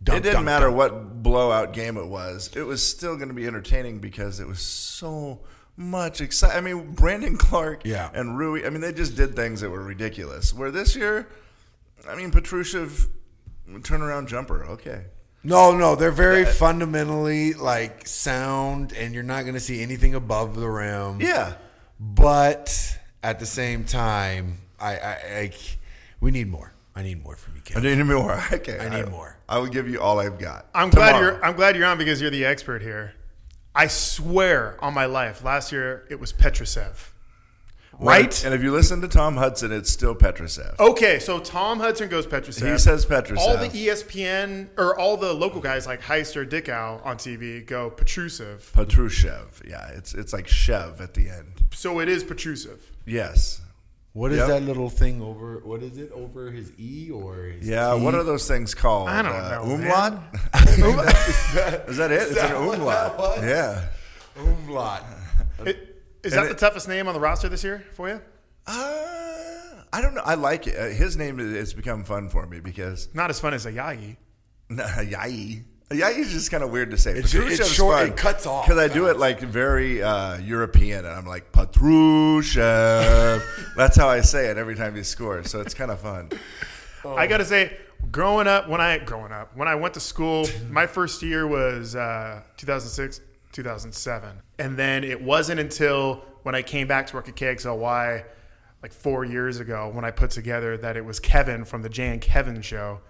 Speaker 10: Dunk,
Speaker 9: it didn't
Speaker 10: dunk,
Speaker 9: matter
Speaker 10: dunk.
Speaker 9: what blowout game it was. It was still going to be entertaining because it was so much exciting. I mean, Brandon Clark
Speaker 10: Yeah.
Speaker 9: and Rui. I mean, they just did things that were ridiculous. Where this year, I mean, Petrushev turnaround jumper. Okay,
Speaker 10: No, no, they're very fundamentally like sound, and you're not going to see anything above the rim.
Speaker 9: yeah,
Speaker 10: but at the same time, I, I, I we need more. I need more from you,
Speaker 9: I
Speaker 10: Kevin.
Speaker 9: need more. Okay,
Speaker 10: I need more.
Speaker 9: I will give you all I've got.
Speaker 5: I'm glad
Speaker 9: Tomorrow.
Speaker 5: you're. I'm glad you're on because you're the expert here. I swear on my life, last year it was Petrusev. Right?
Speaker 9: And if you listen to Tom Hudson, it's still Petrasev.
Speaker 5: Okay, so Tom Hudson goes Petrusev.
Speaker 9: He says Petrusev.
Speaker 5: All the E ESPN or all the local guys like Heist or Dickow on TV go Petrusev.
Speaker 9: Petrushev. Yeah, it's it's like Chev at the end.
Speaker 5: So it is Petrusev.
Speaker 9: Yes.
Speaker 10: What is
Speaker 9: Yep.
Speaker 10: that little thing over? What is it over his e or his
Speaker 9: Yeah.
Speaker 10: T?
Speaker 9: What are those things called? Uh,
Speaker 5: I don't know,
Speaker 9: Umlaut.
Speaker 5: man.
Speaker 9: Is that it? It's an umlaut. Yeah.
Speaker 10: umlaut?
Speaker 5: It- Is
Speaker 9: And
Speaker 5: that the
Speaker 9: it-
Speaker 5: toughest name on the roster this year for you?
Speaker 9: Uh, I don't know. I like it. Uh, his name is it's become fun for me because
Speaker 5: Not as fun as Ayagi.
Speaker 9: nah, yai. Yai is just kind of weird to say.
Speaker 10: It's- it's short, it cuts off
Speaker 9: because I do it like very uh, European, and I'm like Patrushev. That's how I say it every time he scores, so it's kind of fun. Oh.
Speaker 5: I gotta say, growing up when I growing up when I went to school, my first year was uh, 2006, 2007, and then it wasn't until when I came back to work at KXLY like four years ago when I put together that it was Kevin from the Jay and Kevin show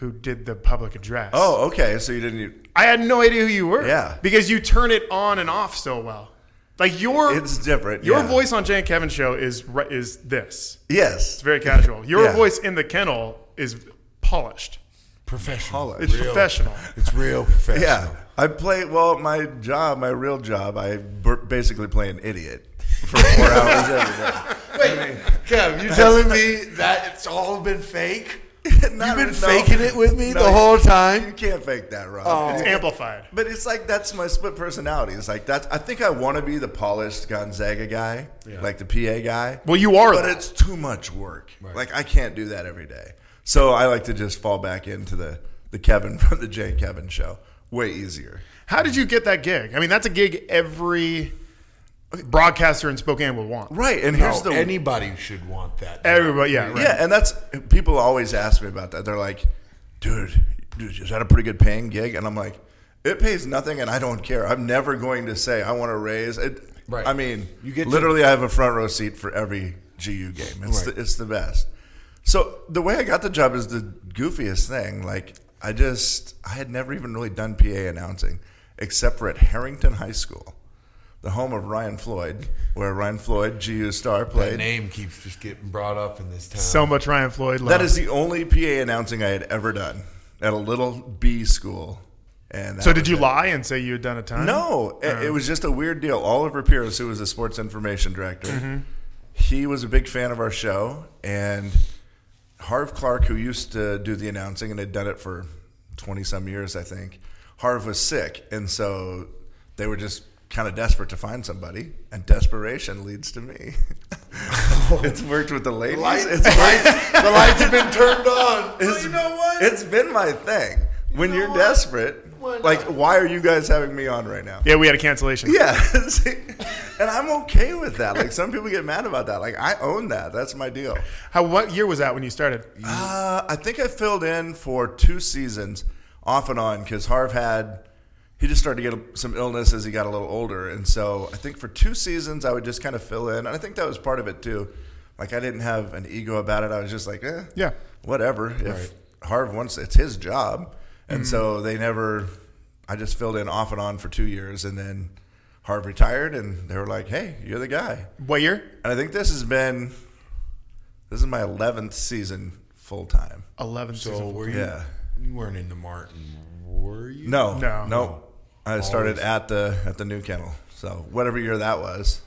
Speaker 5: who did the public address.
Speaker 9: Oh, okay. So you didn't. e-
Speaker 5: I had no idea who you were.
Speaker 9: Yeah.
Speaker 5: because you turn it on and off so well. Like your
Speaker 9: It's different.
Speaker 5: your
Speaker 9: yeah.
Speaker 5: voice on Jay and Kevin show is ri- is this.
Speaker 9: Yes.
Speaker 5: It's very casual. Your
Speaker 9: Yeah.
Speaker 5: voice in the kennel is polished.
Speaker 10: Professional.
Speaker 5: It's professional.
Speaker 10: It's real professional.
Speaker 9: Yeah, I play. Well, my job, my real job, I b- basically play an idiot for four hours every day.
Speaker 10: Kev, you telling me that it's all been fake?
Speaker 9: Not-
Speaker 10: been
Speaker 9: no.
Speaker 10: faking it with me
Speaker 9: No,
Speaker 10: the
Speaker 9: you-
Speaker 10: whole time? Oh.
Speaker 9: You can't fake that, Rob.
Speaker 5: It's amplified.
Speaker 9: But it's like that's my split personality. It's like that's. I think I want to be the polished Gonzaga guy, like the PA guy.
Speaker 5: Well, you are.
Speaker 9: but
Speaker 5: though.
Speaker 9: it's too much work. Like I can't do that every day. So I like to just fall back into the the Kevin from the Jay Kevin show. Way easier.
Speaker 5: How did you get that gig? I mean, that's a gig every broadcaster in Spokane would want.
Speaker 9: Right, and
Speaker 10: No,
Speaker 9: here's the
Speaker 10: anybody should want that.
Speaker 5: Everybody, yeah. right.
Speaker 9: Yeah, and that's people always ask me about that. They're like, dude, dude, is that a pretty good paying gig? And I'm like, it pays nothing, and I don't care. I'm never going to say I want to raise. It,
Speaker 10: Right.
Speaker 9: I mean,
Speaker 10: You get to-
Speaker 9: literally, I have a front row seat for every GU game. It's
Speaker 10: Right.
Speaker 9: the, it's the best. So the way I got the job is the goofiest thing. Like I just I had never even really done PA announcing except for at Harrington High School the home of Ryan Floyd, where Ryan Floyd, GU star,
Speaker 10: That
Speaker 9: played.
Speaker 10: name keeps just getting brought up in this town.
Speaker 11: So much Ryan Floyd love.
Speaker 9: That is the only PA announcing I had ever done at a little B school. And that
Speaker 11: So did
Speaker 9: was
Speaker 11: you
Speaker 9: it.
Speaker 11: lie and say you had done a time?
Speaker 9: No, it, it was just a weird deal. Oliver Pierce, who was the sports information director,
Speaker 11: Mhm.
Speaker 9: he was a big fan of our show, and Harv Clark, who used to do the announcing and had done it for twenty some years, I think. Harv was sick, and so they were just kind of desperate to find somebody, and desperation leads to me. it's worked with the ladies.
Speaker 10: Light-
Speaker 9: it's
Speaker 10: Oh. lights- the lights have been turned on.
Speaker 9: It's,
Speaker 10: You know what?
Speaker 9: It's been my thing. when you're desperate,
Speaker 10: Why not?
Speaker 9: like why are you guys having me on right now?
Speaker 11: Yeah, we had a cancellation.
Speaker 9: Yeah, see, and I'm okay with that. Like some people get mad about that. Like I own that. That's my deal.
Speaker 11: How? What year was that when you started?
Speaker 9: Uh, I think I filled in for two seasons, off and on, because Harv had he just started to get some illness as he got a little older, and so I think for two seasons I would just kind of fill in, and I think that was part of it too. Like I didn't have an ego about it. I was just like, eh,
Speaker 11: Yeah.
Speaker 9: whatever. If
Speaker 10: Right.
Speaker 9: Harv wants, it's his job, and so they never. I just filled in off and on for two years, and then Harv retired, and they were like, "Hey, you're the guy."
Speaker 11: What year?
Speaker 9: And I think this has been this is my eleventh season full time.
Speaker 11: 11
Speaker 10: So Oh, were you?
Speaker 9: Yeah.
Speaker 10: You weren't into Martin, were you?
Speaker 9: No,
Speaker 11: No.
Speaker 9: no, I started
Speaker 10: Always.
Speaker 9: at the at the new kennel. So whatever year that was,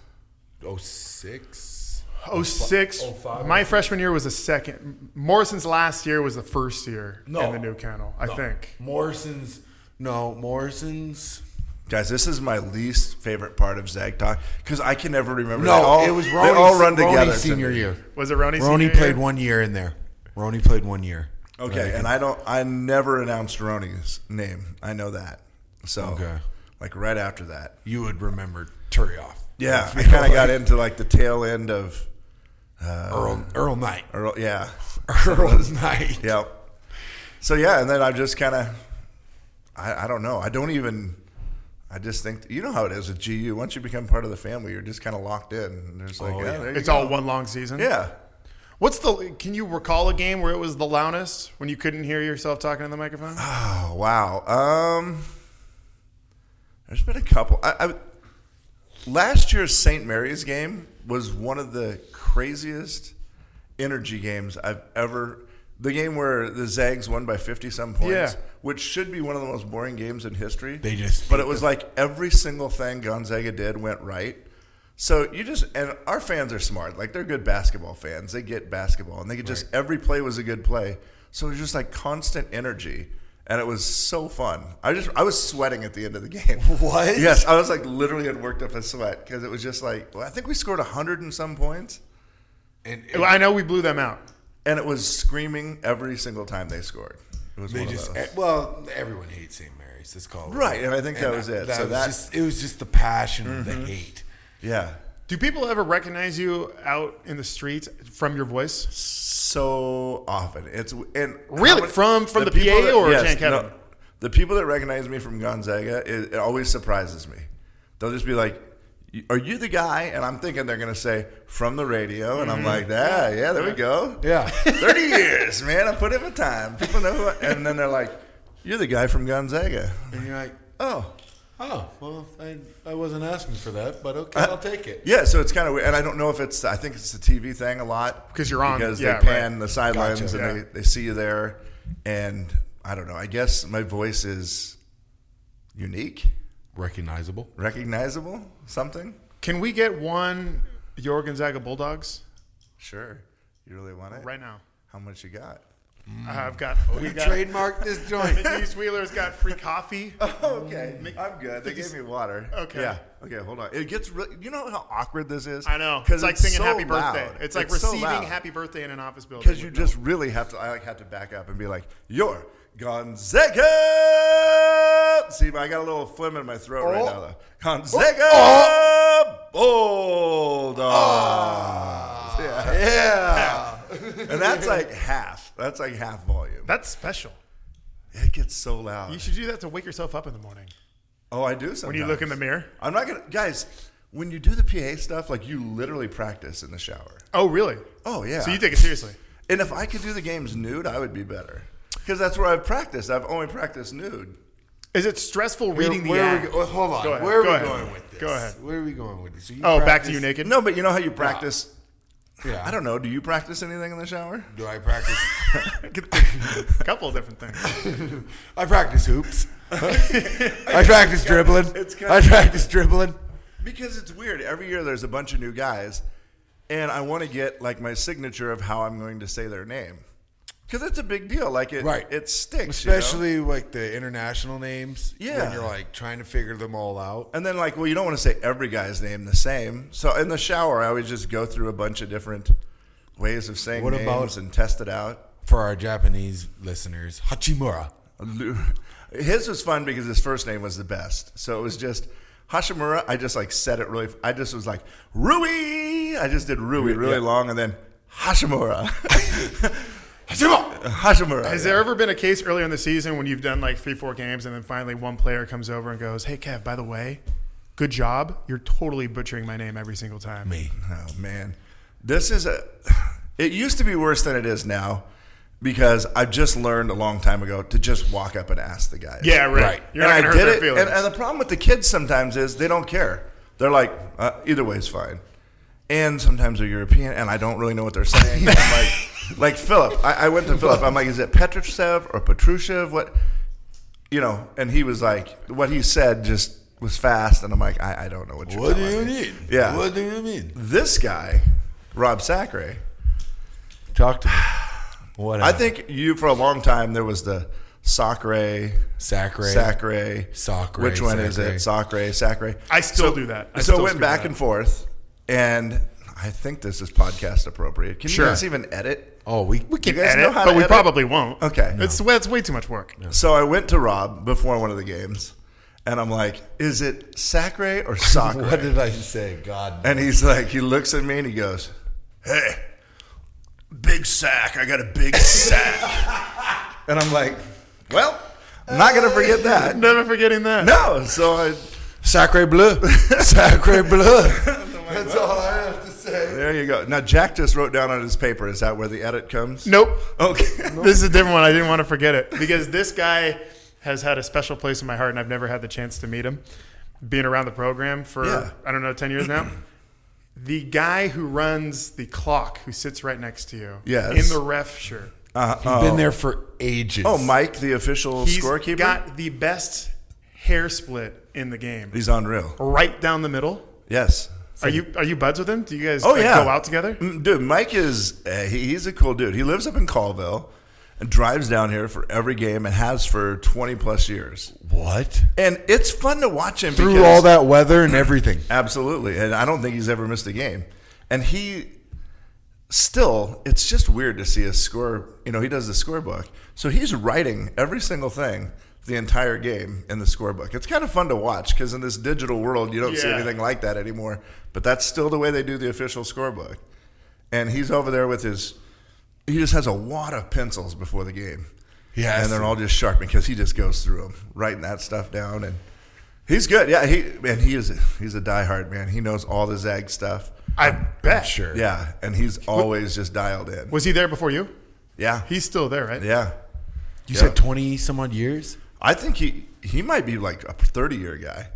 Speaker 10: Oh six.
Speaker 11: Oh six.
Speaker 10: Oh, five.
Speaker 11: My freshman year was the second. Morrison's last year was the first year
Speaker 10: No.
Speaker 11: in the new kennel, I
Speaker 10: No.
Speaker 11: think.
Speaker 10: Morrison's. No, Morrison's.
Speaker 9: guys, this is my least favorite part of Zag Talk because I can never remember.
Speaker 10: No,
Speaker 9: They all-
Speaker 10: it was
Speaker 9: they
Speaker 10: Ronnie.
Speaker 9: all run
Speaker 10: Ronnie
Speaker 9: together. to
Speaker 10: senior
Speaker 9: me.
Speaker 10: year.
Speaker 11: Was it Ronnie?
Speaker 10: Ronnie
Speaker 11: senior
Speaker 10: played
Speaker 11: year?
Speaker 10: one year in there. Ronnie played one year.
Speaker 9: Okay, and I don't. I never announced Ronnie's name. I know that. So,
Speaker 10: Okay.
Speaker 9: like right after that,
Speaker 10: You would remember Turioff.
Speaker 9: yeah, I kind of got into like the tail end of
Speaker 10: Earl Earl Knight.
Speaker 9: Earl. Yeah,
Speaker 10: Earl Knight.
Speaker 9: Yep. So yeah, and then I just kind of, I, I don't know. I don't even. I just think you know how it is with GU. Once you become part of the family, you're just kind of locked in. And there's like,
Speaker 10: Oh,
Speaker 9: yeah,
Speaker 10: yeah.
Speaker 9: there you
Speaker 11: It's
Speaker 9: go.
Speaker 11: all one long season.
Speaker 9: Yeah.
Speaker 11: What's the? Can you recall a game where it was the loudest when you couldn't hear yourself talking in the microphone?
Speaker 9: Oh wow. Um. There's been a couple. I, I last year's St. Mary's game was one of the craziest energy games I've ever. The game where the Zags won by fifty some points,
Speaker 11: Yeah.
Speaker 9: which should be one of the most boring games in history.
Speaker 10: They just-
Speaker 9: but it was like every single thing Gonzaga did went right. So you just and our fans are smart. Like they're good basketball fans. They get basketball and they could just every play was a good play. So it was just like constant energy. And it was so fun. I just I was sweating at the end of the game.
Speaker 10: What?
Speaker 9: Yes, I was like literally had worked up a sweat because it was just like well, I think we scored hundred and some points,
Speaker 10: And, and
Speaker 11: I know we blew them out.
Speaker 9: and it was screaming every single time they scored. It was
Speaker 10: they
Speaker 9: one of
Speaker 10: just
Speaker 9: those.
Speaker 10: well, everyone hates St. Mary's. Let's call it
Speaker 9: Right, and I think that was it. So
Speaker 10: was
Speaker 9: that- Mm-hmm.
Speaker 10: just, it was just the passion of the hate.
Speaker 9: yeah.
Speaker 11: Do people ever recognize you out in the streets from your voice?
Speaker 9: so often. It's and
Speaker 11: Really?
Speaker 9: how many-
Speaker 11: From- from the
Speaker 9: people
Speaker 11: PA or Jan Kevin?
Speaker 9: the people that recognize me from Gonzaga, it, it always surprises me. They'll just be like, "Are you the guy?" And I'm thinking they're gonna say from the radio,
Speaker 11: Mm-hmm.
Speaker 9: and I'm like, "Yeah, yeah, there we go."
Speaker 10: Yeah.
Speaker 9: thirty years, man. I put in the time. People know who. I, and then they're like, "You're the guy from Gonzaga."
Speaker 10: And you're like,
Speaker 9: Oh,
Speaker 10: oh, well, I, I wasn't asking for that, but okay, I'll take it.
Speaker 9: Yeah, so it's kind of weird, and I don't know if it's. I think it's the TV thing a lot
Speaker 11: 'Cause you're on-
Speaker 9: because
Speaker 11: yeah,
Speaker 9: they pan
Speaker 11: right.
Speaker 9: the sidelines
Speaker 10: Gotcha.
Speaker 9: and
Speaker 11: Yeah.
Speaker 9: they, they see you there, and I don't know. I guess my voice is unique,
Speaker 10: Recognizable.
Speaker 9: recognizable, something.
Speaker 11: Can we get one your Gonzaga Bulldogs
Speaker 9: Sure, you really want it?
Speaker 11: right now?
Speaker 9: How much you got?
Speaker 11: I've got. We got.
Speaker 10: Trademark this joint.
Speaker 11: Denise Wheeler's got free coffee.
Speaker 9: Okay, I'm good. They gave me water.
Speaker 11: Okay.
Speaker 9: Yeah. Okay, hold on. It gets really. You know how awkward this is?
Speaker 11: I know. It's like singing "Happy Birthday." It's like receiving
Speaker 9: happy.
Speaker 11: "Happy Birthday" in an office building
Speaker 9: Because you
Speaker 11: with
Speaker 9: just really have to. I like had to back up and be like, "You're Gonzaga." See, I got a little phlegm in my throat
Speaker 11: Oh.
Speaker 9: right now. Though. Gonzaga Bulldogs.
Speaker 11: Ah.
Speaker 9: Yeah.
Speaker 10: yeah.
Speaker 9: and that's like half. That's like half volume.
Speaker 11: no- That's special.
Speaker 9: it gets so loud.
Speaker 11: You should do that to wake yourself up in the morning
Speaker 9: oh, I do. Sometimes.
Speaker 11: when you look in the mirror.
Speaker 9: I'm not gonna, guys. When you do the PA stuff, like you literally practice in the shower.
Speaker 11: Oh, really?
Speaker 9: Oh yeah.
Speaker 11: So you take it seriously.
Speaker 9: And if I could do the games nude, I would be better. Because that's where I've practiced. I've only practiced nude.
Speaker 5: Is it stressful reading the
Speaker 9: where are we
Speaker 5: ad?
Speaker 9: go- hold on.
Speaker 5: Go ahead.
Speaker 9: Where are
Speaker 5: Go
Speaker 9: we
Speaker 5: ahead.
Speaker 9: going with this?
Speaker 5: Go ahead.
Speaker 9: Where are we going with this? So you
Speaker 5: oh, back to
Speaker 9: practice-
Speaker 5: you naked.
Speaker 9: No, but you know how you practice.
Speaker 5: Yeah.
Speaker 9: I don't know. Do you practice anything in the shower?
Speaker 5: Do
Speaker 9: I practice?
Speaker 5: a couple of different things.
Speaker 9: I practice hoops.
Speaker 5: I practice dribbling. I
Speaker 10: practice
Speaker 9: dribbling. Because it's weird. Every year there's a bunch of new guys, and I want to get like my signature of how I'm going to say their name. Because it's a big deal. Like it,
Speaker 10: Right.
Speaker 9: it sticks. you know?
Speaker 10: Especially like the international names.
Speaker 9: Yeah.
Speaker 10: When you're like trying to figure them all out.
Speaker 9: And then, like, well, you don't want to say every guy's name the same. So in the shower, I always just go through a bunch of different ways of saying
Speaker 10: What
Speaker 9: names
Speaker 10: about-
Speaker 9: and test it out.
Speaker 10: For our Japanese listeners, Hachimura.
Speaker 9: His was fun because his first name was the best. So it was just Hashimura. I just like said it really. I just was like Rui. I just did Rui really long, and then Hashimura. Hashimura. Hashimura.
Speaker 5: Has
Speaker 9: yeah.
Speaker 5: there ever been a case earlier in the season when you've done like three, four games, and then finally one player comes over and goes, "Hey, Kev, by the way, good job. You're totally butchering my name every single time."
Speaker 10: Me.
Speaker 9: Oh man, this is a. It used to be worse than it is now, because I just learned a long time ago to just walk up and ask the guy.
Speaker 5: Yeah, right. Right. You're not
Speaker 9: and
Speaker 5: gonna
Speaker 9: I
Speaker 5: hurt
Speaker 9: did
Speaker 5: their
Speaker 9: it,
Speaker 5: feelings.
Speaker 9: And, and the problem with the kids sometimes is they don't care. They're like, uh, either way is fine. And sometimes they're European, and I don't really know what they're saying. And I'm like, like Philip. I, I went to Philip. I'm like, is it Petrushev or Petrushev? What? You know, and he was like, what he said just was fast, and I'm like, I, I don't know what you're
Speaker 10: What do
Speaker 9: telling
Speaker 10: you
Speaker 9: me.
Speaker 10: need?
Speaker 9: Yeah.
Speaker 10: What do you mean?
Speaker 9: This guy, Rob Sacre.
Speaker 10: Talk to me. What?
Speaker 9: I think you for a long time there was the Sacre,
Speaker 10: Sacre.
Speaker 9: Sacre,
Speaker 10: Sacre,
Speaker 9: Which one is it? Sacre, Sacre.
Speaker 5: I still
Speaker 9: So-
Speaker 5: do that. I
Speaker 9: so
Speaker 5: still
Speaker 9: it went
Speaker 5: screw
Speaker 9: back
Speaker 5: that.
Speaker 9: and forth, and I think this is podcast appropriate. Can
Speaker 5: Sure.
Speaker 9: you guys even edit?
Speaker 10: Oh, we
Speaker 5: We can
Speaker 9: You guys
Speaker 5: edit,
Speaker 9: know how
Speaker 5: but
Speaker 9: to
Speaker 5: we
Speaker 9: edit?
Speaker 5: probably won't.
Speaker 9: Okay.
Speaker 5: It's that's way too much work.
Speaker 9: So I went to Rob before one of the games, and I'm like, "Is it Sacre or Sacre?"
Speaker 10: What did I say? God.
Speaker 9: And he's like, he looks at me and he goes, "Hey, big sack! I got a big sack." and I'm like, "Well, I'm not gonna forget that."
Speaker 5: Never forgetting that.
Speaker 9: No, so I,
Speaker 10: Sacre bleu. Sacre bleu.
Speaker 9: that's all I have to say. There you go. Now Jack just wrote down on his paper. Is that where the edit comes?
Speaker 5: Nope.
Speaker 9: Okay.
Speaker 5: This is a different one. I didn't want to forget it because this guy has had a special place in my heart, and I've never had the chance to meet him. Being around the program for
Speaker 9: Yeah.
Speaker 5: I don't know ten years now. The guy who runs the clock, who sits right next to you,
Speaker 9: Yes.
Speaker 5: in the ref shirt,
Speaker 9: Uh,
Speaker 10: He's been there for ages.
Speaker 9: Oh, Mike, the official
Speaker 5: He's
Speaker 9: scorekeeper.
Speaker 5: got the best hair split in the game,
Speaker 9: he's unreal.
Speaker 5: right down the middle.
Speaker 9: Yes.
Speaker 5: Are you are you buds with him? Do you guys
Speaker 9: Oh
Speaker 5: like,
Speaker 9: yeah,
Speaker 5: go out together?
Speaker 9: Mm, dude. Mike is uh, he, he's a cool dude. He lives up in Colville and drives down here for every game and has for twenty plus years.
Speaker 10: What?
Speaker 9: And it's fun to watch him
Speaker 10: Through
Speaker 9: because-
Speaker 10: all that weather and everything.
Speaker 9: Absolutely, and I don't think he's ever missed a game. And he still, it's just weird to see a score. You know, he does the scorebook, so he's writing every single thing the entire game in the scorebook. It's kind of fun to watch because in this digital world, you don't see
Speaker 5: Yeah.
Speaker 9: anything like that anymore. But that's still the way they do the official scorebook. And he's over there with his. He just has a wad of pencils before the game.
Speaker 10: Yes.
Speaker 9: And they're all just sharp because he just goes through them, writing that stuff down, and he's good. Yeah, he man, he is he's a diehard man. He knows all the Zag stuff.
Speaker 5: I bet.
Speaker 10: Sure.
Speaker 9: Yeah, and he's always just dialed in.
Speaker 5: Was he there before you?
Speaker 9: Yeah,
Speaker 5: He's still there, right?
Speaker 9: yeah.
Speaker 10: You
Speaker 9: Yeah.
Speaker 10: said 20 some odd years?
Speaker 9: I think he he might be like a thirty year guy,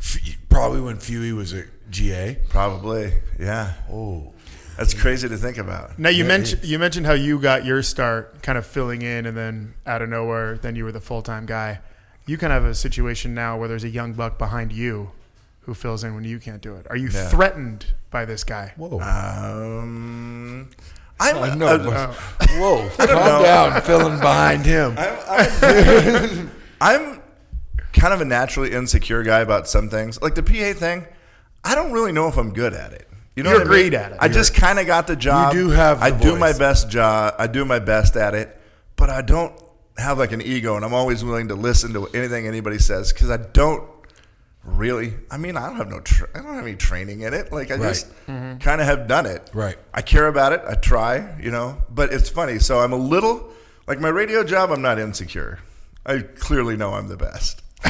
Speaker 10: F- probably when Fuey was a GA.
Speaker 9: probably. Yeah.
Speaker 10: Oh.
Speaker 9: That's crazy to think about.
Speaker 5: Now you
Speaker 10: Yeah,
Speaker 5: mentioned
Speaker 10: it's-
Speaker 5: you mentioned how you got your start, kind of filling in, and then out of nowhere, then you were the full time guy. You kind of have a situation now where there's a young buck behind you who fills in when you can't do it. Are you
Speaker 9: Yeah.
Speaker 5: threatened by this guy?
Speaker 10: Whoa.
Speaker 9: Um, I'm
Speaker 10: I know.
Speaker 9: uh,
Speaker 10: but- whoa. Calm
Speaker 9: know.
Speaker 10: down. Filling behind him.
Speaker 9: I'm kind of a naturally insecure guy about some things, like the PA thing. I don't really know if I'm good at it. You know,
Speaker 5: You're
Speaker 9: what I mean?
Speaker 5: great at it.
Speaker 9: I just kind of got the job.
Speaker 10: You do have
Speaker 9: I
Speaker 10: the
Speaker 9: do my
Speaker 10: voice.
Speaker 9: best job. I do my best at it, but I don't have like an ego, and I'm always willing to listen to anything anybody says because I don't really. I mean, I don't have no. Tra- I don't have any training in it. Like I
Speaker 10: Right. Mm-hmm.
Speaker 9: just kind of have done it.
Speaker 10: Right.
Speaker 9: I care about it. I try, you know, but it's funny. So I'm a little like my radio job. I'm not insecure. I clearly know I'm the best.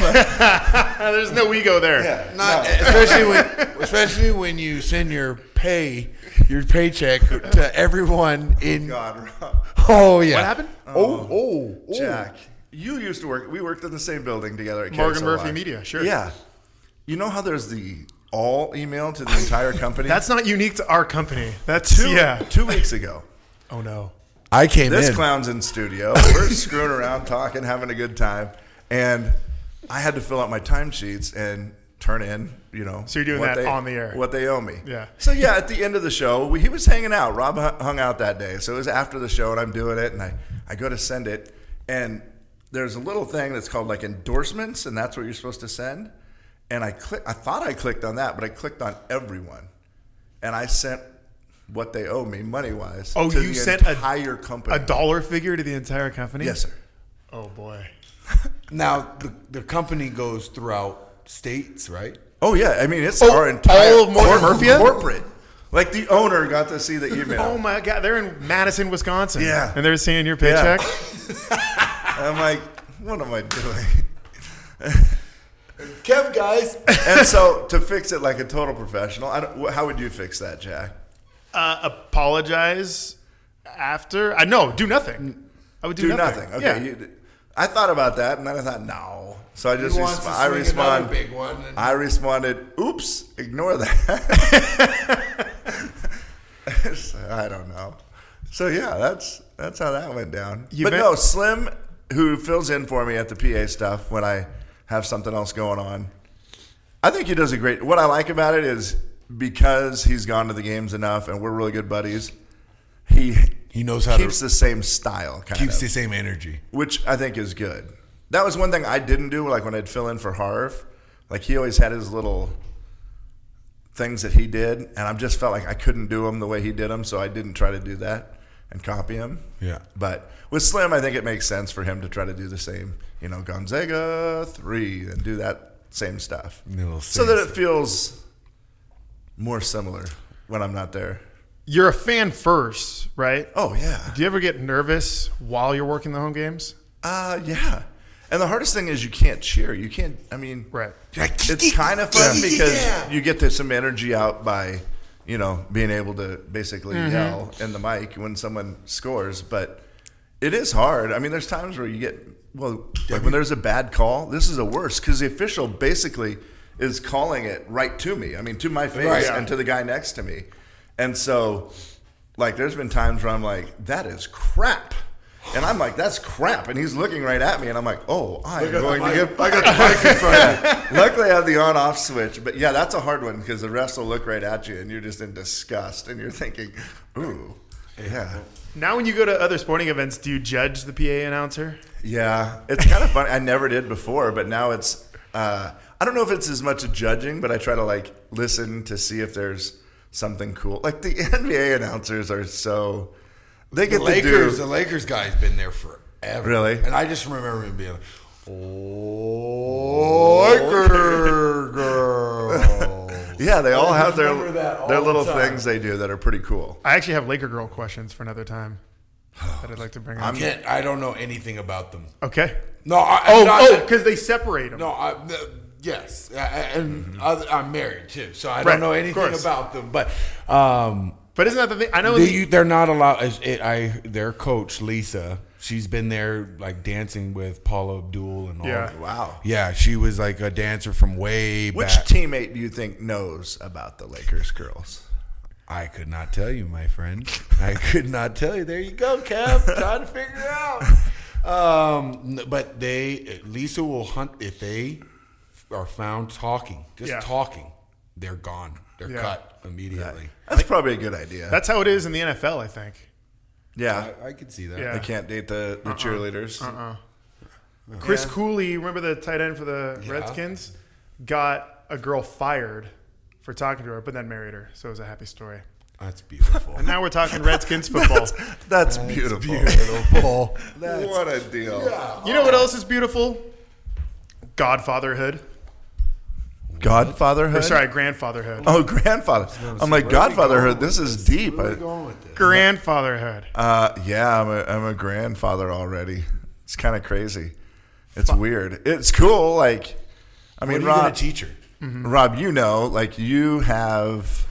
Speaker 5: there's no ego there.
Speaker 10: Not, especially when especially when you send your pay your paycheck to everyone in
Speaker 9: God, Rob.
Speaker 10: oh yeah
Speaker 5: What happened?
Speaker 10: oh oh, oh.
Speaker 9: Jack. You used to work. We worked in the same building together at
Speaker 11: Morgan
Speaker 9: KXLY.
Speaker 11: Murphy Media, sure.
Speaker 9: Yeah. You know how there's the all email to the entire company.
Speaker 11: That's not unique to our company. That's
Speaker 9: two,
Speaker 11: yeah.
Speaker 9: Two weeks ago.
Speaker 11: Oh no.
Speaker 10: I came
Speaker 9: this
Speaker 10: in.
Speaker 9: clown's in studio. We're screwing around, talking, having a good time, and I had to fill out my timesheets and turn in. You know,
Speaker 11: So you're doing
Speaker 9: what
Speaker 11: that
Speaker 9: they-
Speaker 11: on the air.
Speaker 9: What they owe me.
Speaker 11: Yeah.
Speaker 9: So yeah, at the end of the show, we, he was hanging out. Rob hu- hung out that day, so it was after the show, and I'm doing it, and I I go to send it, and there's a little thing that's called like endorsements, and that's what you're supposed to send. And I click. I thought I clicked on that, but I clicked on everyone, and I sent what they owe me money wise.
Speaker 11: Oh,
Speaker 9: to
Speaker 11: you
Speaker 9: the
Speaker 11: sent a
Speaker 9: entire company.
Speaker 11: a dollar figure to the entire company.
Speaker 9: Yes, sir.
Speaker 11: Oh boy.
Speaker 10: Now the, the company goes throughout states, right?
Speaker 9: Oh yeah, I mean it's
Speaker 10: Oh,
Speaker 9: our entire
Speaker 10: all of Morgan
Speaker 9: cor-
Speaker 10: Murphy?
Speaker 9: corporate. Like the owner got to see the email.
Speaker 11: Oh my god, they're in Madison, Wisconsin.
Speaker 9: Yeah.
Speaker 11: And they're seeing your
Speaker 9: Yeah.
Speaker 11: paycheck.
Speaker 9: I'm like, what am I doing?
Speaker 10: Kev, guys.
Speaker 9: and so to fix it like a total professional, I don't, wh- how would you fix that, Jack?
Speaker 11: Uh, apologize after. I no, do nothing. I would do,
Speaker 9: Do nothing. Okay.
Speaker 11: Yeah.
Speaker 9: You, d- I thought about that, and then I thought, no. So I just
Speaker 10: wants to
Speaker 9: resp- I
Speaker 10: swing
Speaker 9: respond.
Speaker 10: another big one and-
Speaker 9: I responded, "Oops, ignore that." So, I don't know. So yeah, that's that's how that went down.
Speaker 11: You
Speaker 9: but
Speaker 11: bet-
Speaker 9: no, Slim, who fills in for me at the PA stuff when I have something else going on, I think he does a great. What I like about it is because he's gone to the games enough, and we're really good buddies. He
Speaker 10: He knows how to-
Speaker 9: keeps the same style. Kind
Speaker 10: Keeps
Speaker 9: of
Speaker 10: the same energy.
Speaker 9: which I think is good. That was one thing I didn't do, like when I'd fill in for Harv. Like he always had his little things that he did, and I just felt like I couldn't do them the way he did them, so I didn't try to do that and copy him.
Speaker 10: Yeah.
Speaker 9: But with Slim, I think it makes sense for him to try to do the same, you know, Gonzaga three and do that same stuff,
Speaker 10: Little
Speaker 9: so that it feels more similar when I'm not there.
Speaker 11: You're a fan first, right?
Speaker 9: Oh yeah.
Speaker 11: Do you ever get nervous while you're working the home games?
Speaker 9: Uh yeah. And the hardest thing is you can't cheer. You can't. I mean,
Speaker 11: Right.
Speaker 9: it's kind of fun because
Speaker 10: Yeah.
Speaker 9: you get to some energy out by you know being able to basically yell in the mic when someone scores but it is hard i mean there's times where you get well like when there's a bad call this is the worst because the official basically is calling it right to me i mean to my face
Speaker 10: Right, yeah.
Speaker 9: and to the guy next to me and so like there's been times where i'm like that is crap and I'm like, that's crap. And he's looking right at me, and I'm like, oh, I'm
Speaker 10: got the
Speaker 9: going to
Speaker 10: mic.
Speaker 9: get. I got the mic in front of me. Luckily, I have the on-off switch. But yeah, that's a hard one because the refs will look right at you, and you're just in disgust, and you're thinking, ooh, yeah,
Speaker 11: Now, when you go to other sporting events, do you judge the PA announcer?
Speaker 9: yeah. It's kind of funny. I never did before, but now it's. Uh, I don't know if it's as much judging, but I try to like listen to see if there's something cool. Like the NBA announcers are so. They get
Speaker 10: the
Speaker 9: to do
Speaker 10: Lakers, the Lakers guy's been there forever.
Speaker 9: Really?
Speaker 10: And I just remember him being, like, "Oh, Laker girl."
Speaker 9: Yeah, they all
Speaker 10: I
Speaker 9: have their
Speaker 10: remember that all
Speaker 9: their
Speaker 10: the
Speaker 9: little
Speaker 10: time.
Speaker 9: things they do that are pretty cool.
Speaker 11: I actually have Laker girl questions for another time that I'd like to bring up.
Speaker 10: I can't. I don't know anything about them.
Speaker 11: okay.
Speaker 10: No. I,
Speaker 11: Oh,
Speaker 10: not
Speaker 11: oh,
Speaker 10: that-
Speaker 11: because they separate them.
Speaker 10: no. I, the- yes, I, I- and other, I'm married too, so I
Speaker 11: Mm-hmm. Right,
Speaker 10: don't know
Speaker 11: of
Speaker 10: anything
Speaker 11: course.
Speaker 10: about them. But um,
Speaker 11: But isn't that the thing? I know.
Speaker 10: They,
Speaker 11: the-
Speaker 10: you, they're not allowed. As it, I, their coach Lisa, she's been there like dancing with Paula Abdul and all.
Speaker 11: Yeah.
Speaker 9: Wow.
Speaker 10: Yeah, she was like a dancer from way
Speaker 9: Which
Speaker 10: back.
Speaker 9: teammate do you think knows about the Lakers girls?
Speaker 10: I could not tell you, my friend. I could not tell you. There you go, Kev. Trying to figure it out. Um, n- but they, Lisa will hunt if they are found talking, just
Speaker 11: Yeah.
Speaker 10: talking. They're gone. They're
Speaker 11: Yeah.
Speaker 10: cut immediately.
Speaker 9: That's probably a good idea.
Speaker 11: that's how it is in the NFL, I think.
Speaker 9: yeah.
Speaker 10: I, I could see that.
Speaker 11: Yeah. Uh-uh.
Speaker 9: They can't date the, the cheerleaders.
Speaker 11: Chris Cooley, remember the tight end for the Redskins, got a girl fired for talking to her, but then married her. So it was a happy story.
Speaker 10: That's beautiful.
Speaker 11: And now we're talking Redskins football.
Speaker 9: That's, beautiful.
Speaker 10: beautiful.
Speaker 9: That's- what a deal.
Speaker 11: You know what else is beautiful? Godfatherhood.
Speaker 9: Godfatherhood.
Speaker 11: Or, sorry, grandfatherhood.
Speaker 9: Oh, grandfather. I'm like Godfatherhood. This is deep.
Speaker 10: Where are we
Speaker 9: I-
Speaker 10: going with this?
Speaker 11: Grandfatherhood.
Speaker 9: Uh, yeah, I'm a, I'm a grandfather already. It's kind of crazy. It's weird. It's cool. Like,
Speaker 10: What
Speaker 9: I
Speaker 10: are
Speaker 9: mean,
Speaker 10: you
Speaker 9: Rob,
Speaker 10: gonna teach her?
Speaker 9: Rob, you know, like you have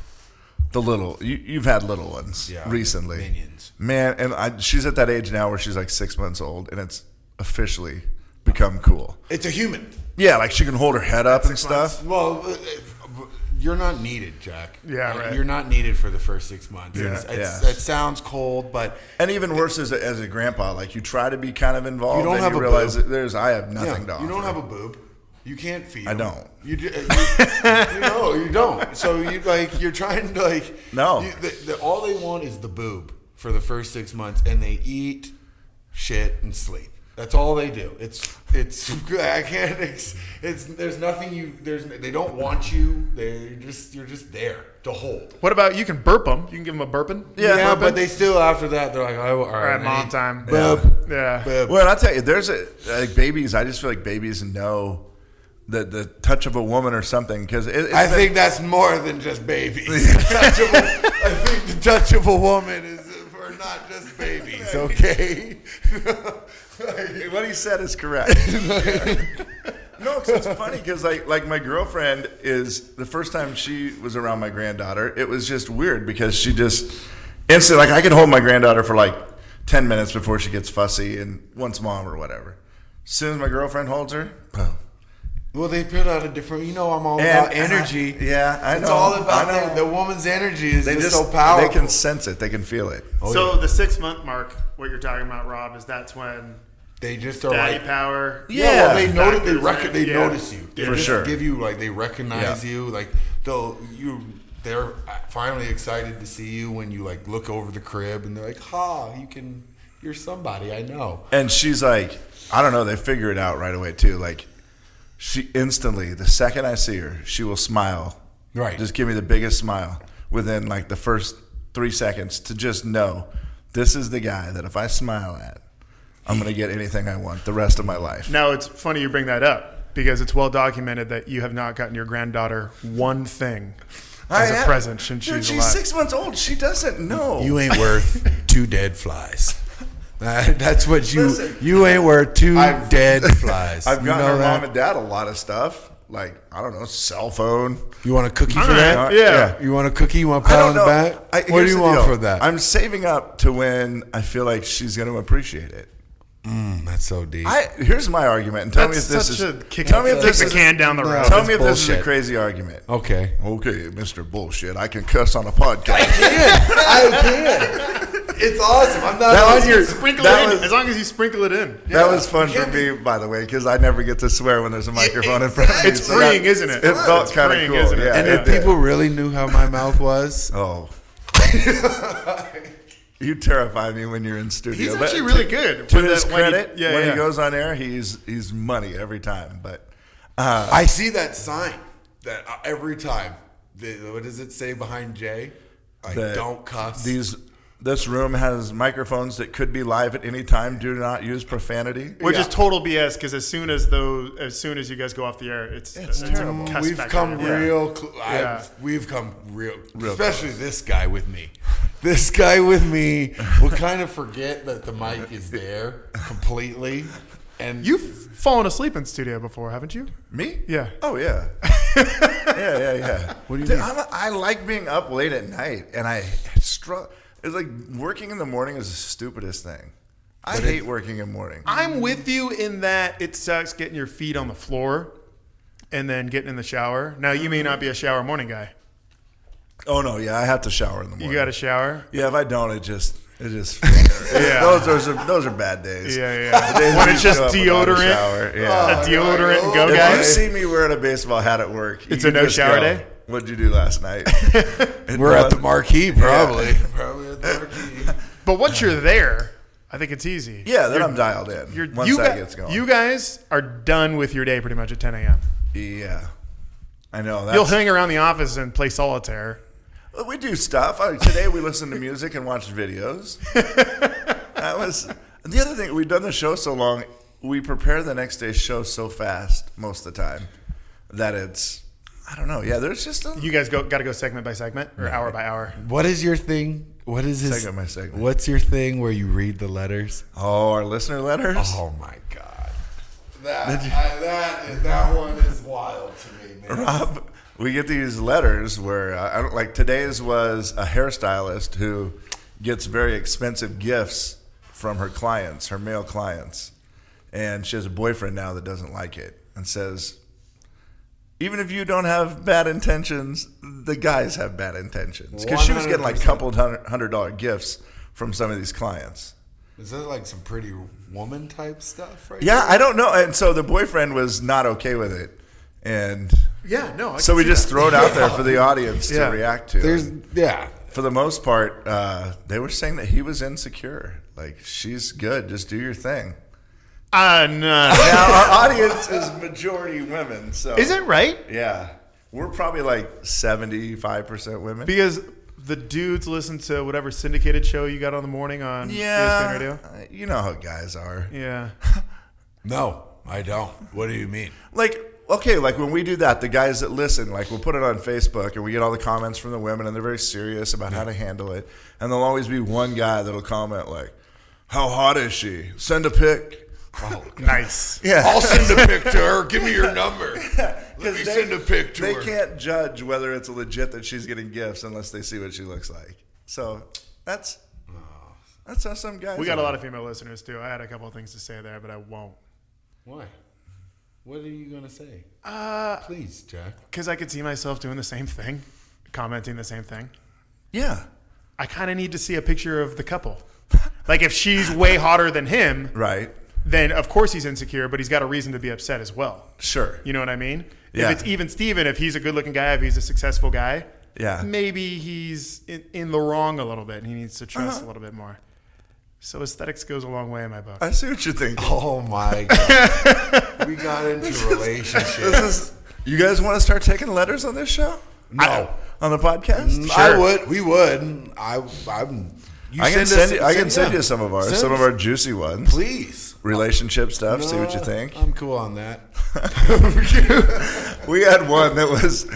Speaker 9: the little, you, you've had little ones
Speaker 10: Yeah,
Speaker 9: recently.
Speaker 10: minions.
Speaker 9: Man, and I, she's at that age now where she's like six months old, and it's officially become cool.
Speaker 10: It's a human.
Speaker 9: Yeah, like she can hold her head up and stuff.
Speaker 10: Well, uh, uh, you're not needed, Jack.
Speaker 9: Yeah,
Speaker 10: Like,
Speaker 9: right.
Speaker 10: You're not needed for the first six months. It's,
Speaker 9: Yeah.
Speaker 10: it's,
Speaker 9: Yeah.
Speaker 10: It sounds cold, but
Speaker 9: And even worse as a, as a grandpa, like you try to be kind of involved.
Speaker 10: You don't
Speaker 9: and
Speaker 10: have
Speaker 9: you
Speaker 10: a
Speaker 9: realize
Speaker 10: boob.
Speaker 9: that there's I have nothing
Speaker 10: Yeah,
Speaker 9: to offer.
Speaker 10: You don't have a boob. You can't feed.
Speaker 9: I
Speaker 10: them.
Speaker 9: don't.
Speaker 10: You, do, you, you know you don't. So you like you're trying to like
Speaker 9: No.
Speaker 10: You, the, the, all they want is the boob for the first six months, and they eat shit and sleep. That's all they do. It's it's I can't. It's, it's there's nothing you there's they don't want you. They are just you're just there to hold.
Speaker 5: What about you can burp them? You can give them a burping.
Speaker 10: Yeah, but
Speaker 5: burping?
Speaker 10: they still after that they're like, oh, all right,
Speaker 5: All right, mom
Speaker 10: I-
Speaker 5: time.
Speaker 10: Boob.
Speaker 5: Yeah.
Speaker 10: Boob.
Speaker 9: Well, and I'll tell you, there's a like babies. I just feel like babies know the the touch of a woman or something because
Speaker 10: I think that's more than just babies. Touch of a- I think the touch of a woman is for not just babies, okay?
Speaker 9: what he said is correct. no, 'cause it's funny because like like my girlfriend is the first time she was around my granddaughter, it was just weird because she just instantly like I could hold my granddaughter for like ten minutes before she gets fussy and once mom or whatever. As soon as my girlfriend holds her, boom.
Speaker 10: Well, they put out a different. You know, I'm all
Speaker 9: And-
Speaker 10: about energy.
Speaker 9: yeah, I
Speaker 10: It's
Speaker 9: know,
Speaker 10: all about
Speaker 9: I know.
Speaker 10: the, the woman's energy is
Speaker 9: They
Speaker 10: just,
Speaker 9: just
Speaker 10: so powerful.
Speaker 9: they can sense it, they can feel it.
Speaker 10: Oh,
Speaker 5: so the six month mark, what you're talking about, Rob, is that's when
Speaker 10: they just are
Speaker 5: daddy
Speaker 10: like
Speaker 5: power.
Speaker 10: Yeah, well, they notice they
Speaker 5: factors
Speaker 10: rec-
Speaker 5: in.
Speaker 10: they
Speaker 5: Yeah.
Speaker 10: notice you. They
Speaker 9: For
Speaker 10: just
Speaker 9: sure.
Speaker 10: give you like they recognize
Speaker 9: Yeah.
Speaker 10: you. Like they'll you they're finally excited to see you when you like look over the crib and they're like, "Ha, you can you're somebody I know."
Speaker 9: And she's like, I don't know. They figure it out right away too. Like, she instantly, the second I see her, she will smile.
Speaker 10: Right.
Speaker 9: Just give me the biggest smile within like the first three seconds to just know this is the guy that if I smile at, I'm gonna get anything I want the rest of my life.
Speaker 5: Now it's funny you bring that up because it's well documented that you have not gotten your granddaughter one thing as a
Speaker 9: I-
Speaker 5: present since
Speaker 9: Dude,
Speaker 5: she's
Speaker 9: she's
Speaker 5: alive.
Speaker 9: six months old. She doesn't know.
Speaker 10: You ain't worth two dead flies. Uh, that's what you
Speaker 9: Listen.
Speaker 10: you ain't worth 2
Speaker 9: I've-
Speaker 10: dead flies.
Speaker 9: I've
Speaker 10: you
Speaker 9: gotten
Speaker 10: know
Speaker 9: her
Speaker 10: that?
Speaker 9: mom and dad a lot of stuff. Like I don't know, cell phone.
Speaker 10: You want a cookie for
Speaker 5: All right,
Speaker 10: that?
Speaker 5: yeah.
Speaker 10: You want a cookie? You want a
Speaker 9: I
Speaker 10: pat
Speaker 9: don't
Speaker 10: on the
Speaker 9: know.
Speaker 10: back?
Speaker 9: I-
Speaker 10: what do
Speaker 9: here's
Speaker 10: you
Speaker 9: the
Speaker 10: want
Speaker 9: deal.
Speaker 10: for that?
Speaker 9: I'm saving up to when I feel like she's going to appreciate it.
Speaker 10: Mm, that's so deep.
Speaker 9: I here's my argument. And tell
Speaker 5: That's
Speaker 9: me if this
Speaker 5: such
Speaker 9: is
Speaker 5: a kick-
Speaker 9: tell me if
Speaker 5: kick
Speaker 9: this
Speaker 5: the
Speaker 9: is
Speaker 5: can down the road.
Speaker 9: Tell
Speaker 10: That's
Speaker 9: me if this is a
Speaker 10: bullshit. Oh.
Speaker 9: crazy argument.
Speaker 10: okay.
Speaker 9: Okay, Mr. Bullshit, I can cuss on a podcast.
Speaker 10: I can. It's awesome. I'm not
Speaker 9: That was
Speaker 10: on
Speaker 9: your-
Speaker 10: your.
Speaker 5: sprinkle
Speaker 9: That
Speaker 5: it in
Speaker 9: was-
Speaker 5: as long as you sprinkle it in.
Speaker 9: that was fun for me, by the way, because I never get to swear when there's a microphone in front of me.
Speaker 5: It's
Speaker 9: so that-
Speaker 5: freeing, isn't it?
Speaker 9: It felt
Speaker 5: It's
Speaker 9: kind of
Speaker 5: freeing,
Speaker 9: cool.
Speaker 5: isn't it?
Speaker 9: Yeah,
Speaker 10: And
Speaker 9: it
Speaker 10: if
Speaker 9: did.
Speaker 10: people really knew how my mouth was,
Speaker 9: oh. You terrify me when you're in studio.
Speaker 5: He's
Speaker 9: but
Speaker 5: actually
Speaker 9: to-
Speaker 5: really good.
Speaker 9: To
Speaker 5: When
Speaker 9: his
Speaker 5: the- when he-
Speaker 9: credit,
Speaker 5: yeah,
Speaker 9: when
Speaker 5: yeah.
Speaker 9: he goes on air, he's he's money every time. But
Speaker 10: I see that sign that uh, every time. The, what does it say behind Jay? I
Speaker 9: that
Speaker 10: don't cuss.
Speaker 9: These this room has microphones that could be live at any time. Do not use profanity.
Speaker 5: Which
Speaker 10: Yeah.
Speaker 5: is total BS because as soon as though as soon as you guys go off the air, it's
Speaker 9: It's
Speaker 5: a
Speaker 9: terrible.
Speaker 5: cuss
Speaker 10: we've
Speaker 5: factor.
Speaker 10: come
Speaker 5: Yeah.
Speaker 10: real. Cl-
Speaker 5: Yeah.
Speaker 10: I've, we've come real,
Speaker 9: Real
Speaker 10: especially this guy with me. This guy with me will kind of forget that the mic is there completely, and
Speaker 5: You've fallen asleep in studio before, haven't you?
Speaker 9: Me?
Speaker 5: Yeah.
Speaker 9: Oh yeah. yeah, yeah, yeah. What do you mean? I'm a, I like being up late at night, and I struggle. It's like working in the morning is the stupidest thing. I hate working in the morning.
Speaker 5: I'm with you in that it sucks getting your feet on the floor and then getting in the shower. Now you may not be a shower morning guy.
Speaker 9: oh no, yeah, I have to shower in the morning.
Speaker 5: You got to shower.
Speaker 9: yeah, if I don't, it just it just. yeah. Those those are those are bad days.
Speaker 5: Yeah, yeah.
Speaker 9: The days
Speaker 5: When
Speaker 9: you
Speaker 5: it's just
Speaker 9: show up without a
Speaker 5: deodorant.
Speaker 9: shower,
Speaker 5: A
Speaker 9: Yeah. "Oh,
Speaker 5: deodorant and go,
Speaker 9: if you
Speaker 5: guys.
Speaker 9: see me wearing a baseball hat at work,
Speaker 5: It's
Speaker 9: you
Speaker 5: a no
Speaker 9: just
Speaker 5: shower
Speaker 9: go,
Speaker 5: day?
Speaker 9: What'd you do last night?
Speaker 10: we're at the marquee probably. Probably at the marquee.
Speaker 5: But once you're there, I think it's easy.
Speaker 9: Yeah, then I'm dialed in.
Speaker 5: You're,
Speaker 9: once
Speaker 5: you,
Speaker 9: that
Speaker 5: guy-
Speaker 9: gets going.
Speaker 5: you guys are done with your day pretty much at 10 a.m.
Speaker 9: Yeah, I know. That's,
Speaker 5: You'll hang around the office and play solitaire.
Speaker 9: We do stuff. I, today we listened to music and watched videos. that was and the other thing. We've done the show so long. We prepare the next day's show so fast most of the time that it's I don't know. Yeah, there's just a
Speaker 5: You guys go got to go segment by segment or hour by hour.
Speaker 10: What is your thing? What is his?
Speaker 9: Segment by segment.
Speaker 10: What's your thing where you read the letters?
Speaker 9: oh our listener letters.
Speaker 10: Oh my god, that I, that is, that one is wild to me, man.
Speaker 9: Rob, we get these letters where uh, I don't like today's was a hairstylist who gets very expensive gifts from her clients, her male clients. and she has a boyfriend now that doesn't like it and says, even if you don't have bad intentions, the guys have bad intentions because she was getting like
Speaker 10: 100%.
Speaker 9: couple hundred hundred dollar gifts from some of these clients.
Speaker 10: Is that like some pretty woman type stuff, right?
Speaker 9: Yeah, I don't know. And so the boyfriend was not okay with it, and
Speaker 5: Yeah, no, I
Speaker 9: so
Speaker 5: can
Speaker 9: we
Speaker 5: see
Speaker 9: just
Speaker 5: that.
Speaker 9: throw it out there for the audience
Speaker 5: Yeah.
Speaker 9: to react to.
Speaker 10: There's-
Speaker 9: And
Speaker 10: yeah.
Speaker 9: For the most part, uh, they were saying that he was insecure. Like she's good, just do your thing.
Speaker 5: Uh, no.
Speaker 9: Now our audience is majority women, so
Speaker 5: Is it right?
Speaker 9: Yeah, we're probably like seventy five percent women.
Speaker 5: Because the dudes listen to whatever syndicated show you got on the morning on E ESPN
Speaker 9: yeah,
Speaker 5: Radio.
Speaker 9: uh, you know how guys are.
Speaker 5: Yeah.
Speaker 10: No, I don't. What do you mean?
Speaker 9: like okay like when we do that the guys that listen like we'll put it on facebook and we get all the comments from the women and they're very serious about how to handle it and there'll always be one guy that'll comment like how hot is she send a pic
Speaker 5: Nice.
Speaker 9: yeah
Speaker 10: I'll send a pic to her. Give me your number. Let me
Speaker 9: they-
Speaker 10: send a pic to
Speaker 9: they
Speaker 10: her.
Speaker 9: can't judge whether it's legit that she's getting gifts unless they see what she looks like so that's Oh. that's how some guys
Speaker 5: We got a
Speaker 9: are.
Speaker 5: lot of female listeners too. I had a couple of things to say there, but I won't.
Speaker 10: Why? What are you gonna say? Please, Jack.
Speaker 5: Because Uh, I could see myself doing the same thing, commenting the same thing.
Speaker 9: yeah
Speaker 5: I kind of need to see a picture of the couple. Like if she's way hotter than him,
Speaker 9: right
Speaker 5: then of course he's insecure, but he's got a reason to be upset as well.
Speaker 9: sure
Speaker 5: You know what I mean?
Speaker 9: Yeah.
Speaker 5: If it's even Steven, if he's a good looking guy, if he's a successful guy,
Speaker 9: Yeah.
Speaker 5: maybe he's in, in the wrong a little bit and he needs to trust
Speaker 9: Uh-huh.
Speaker 5: a little bit more. So aesthetics goes a long way in my book.
Speaker 9: i see what you're thinking
Speaker 10: Oh my god. we got into relationships.
Speaker 9: this is you guys want to start taking letters on this show
Speaker 10: No. Mm,
Speaker 9: on the podcast
Speaker 10: I would. We would. I. I'm. You
Speaker 9: I can
Speaker 10: us-
Speaker 9: send, you, I can send
Speaker 10: yeah.
Speaker 9: you some of ours,
Speaker 10: Send
Speaker 9: some of
Speaker 10: us-
Speaker 9: our juicy ones.
Speaker 10: Please.
Speaker 9: Relationship stuff. see what you
Speaker 10: No,
Speaker 9: think.
Speaker 10: I'm cool on that.
Speaker 9: we had one that was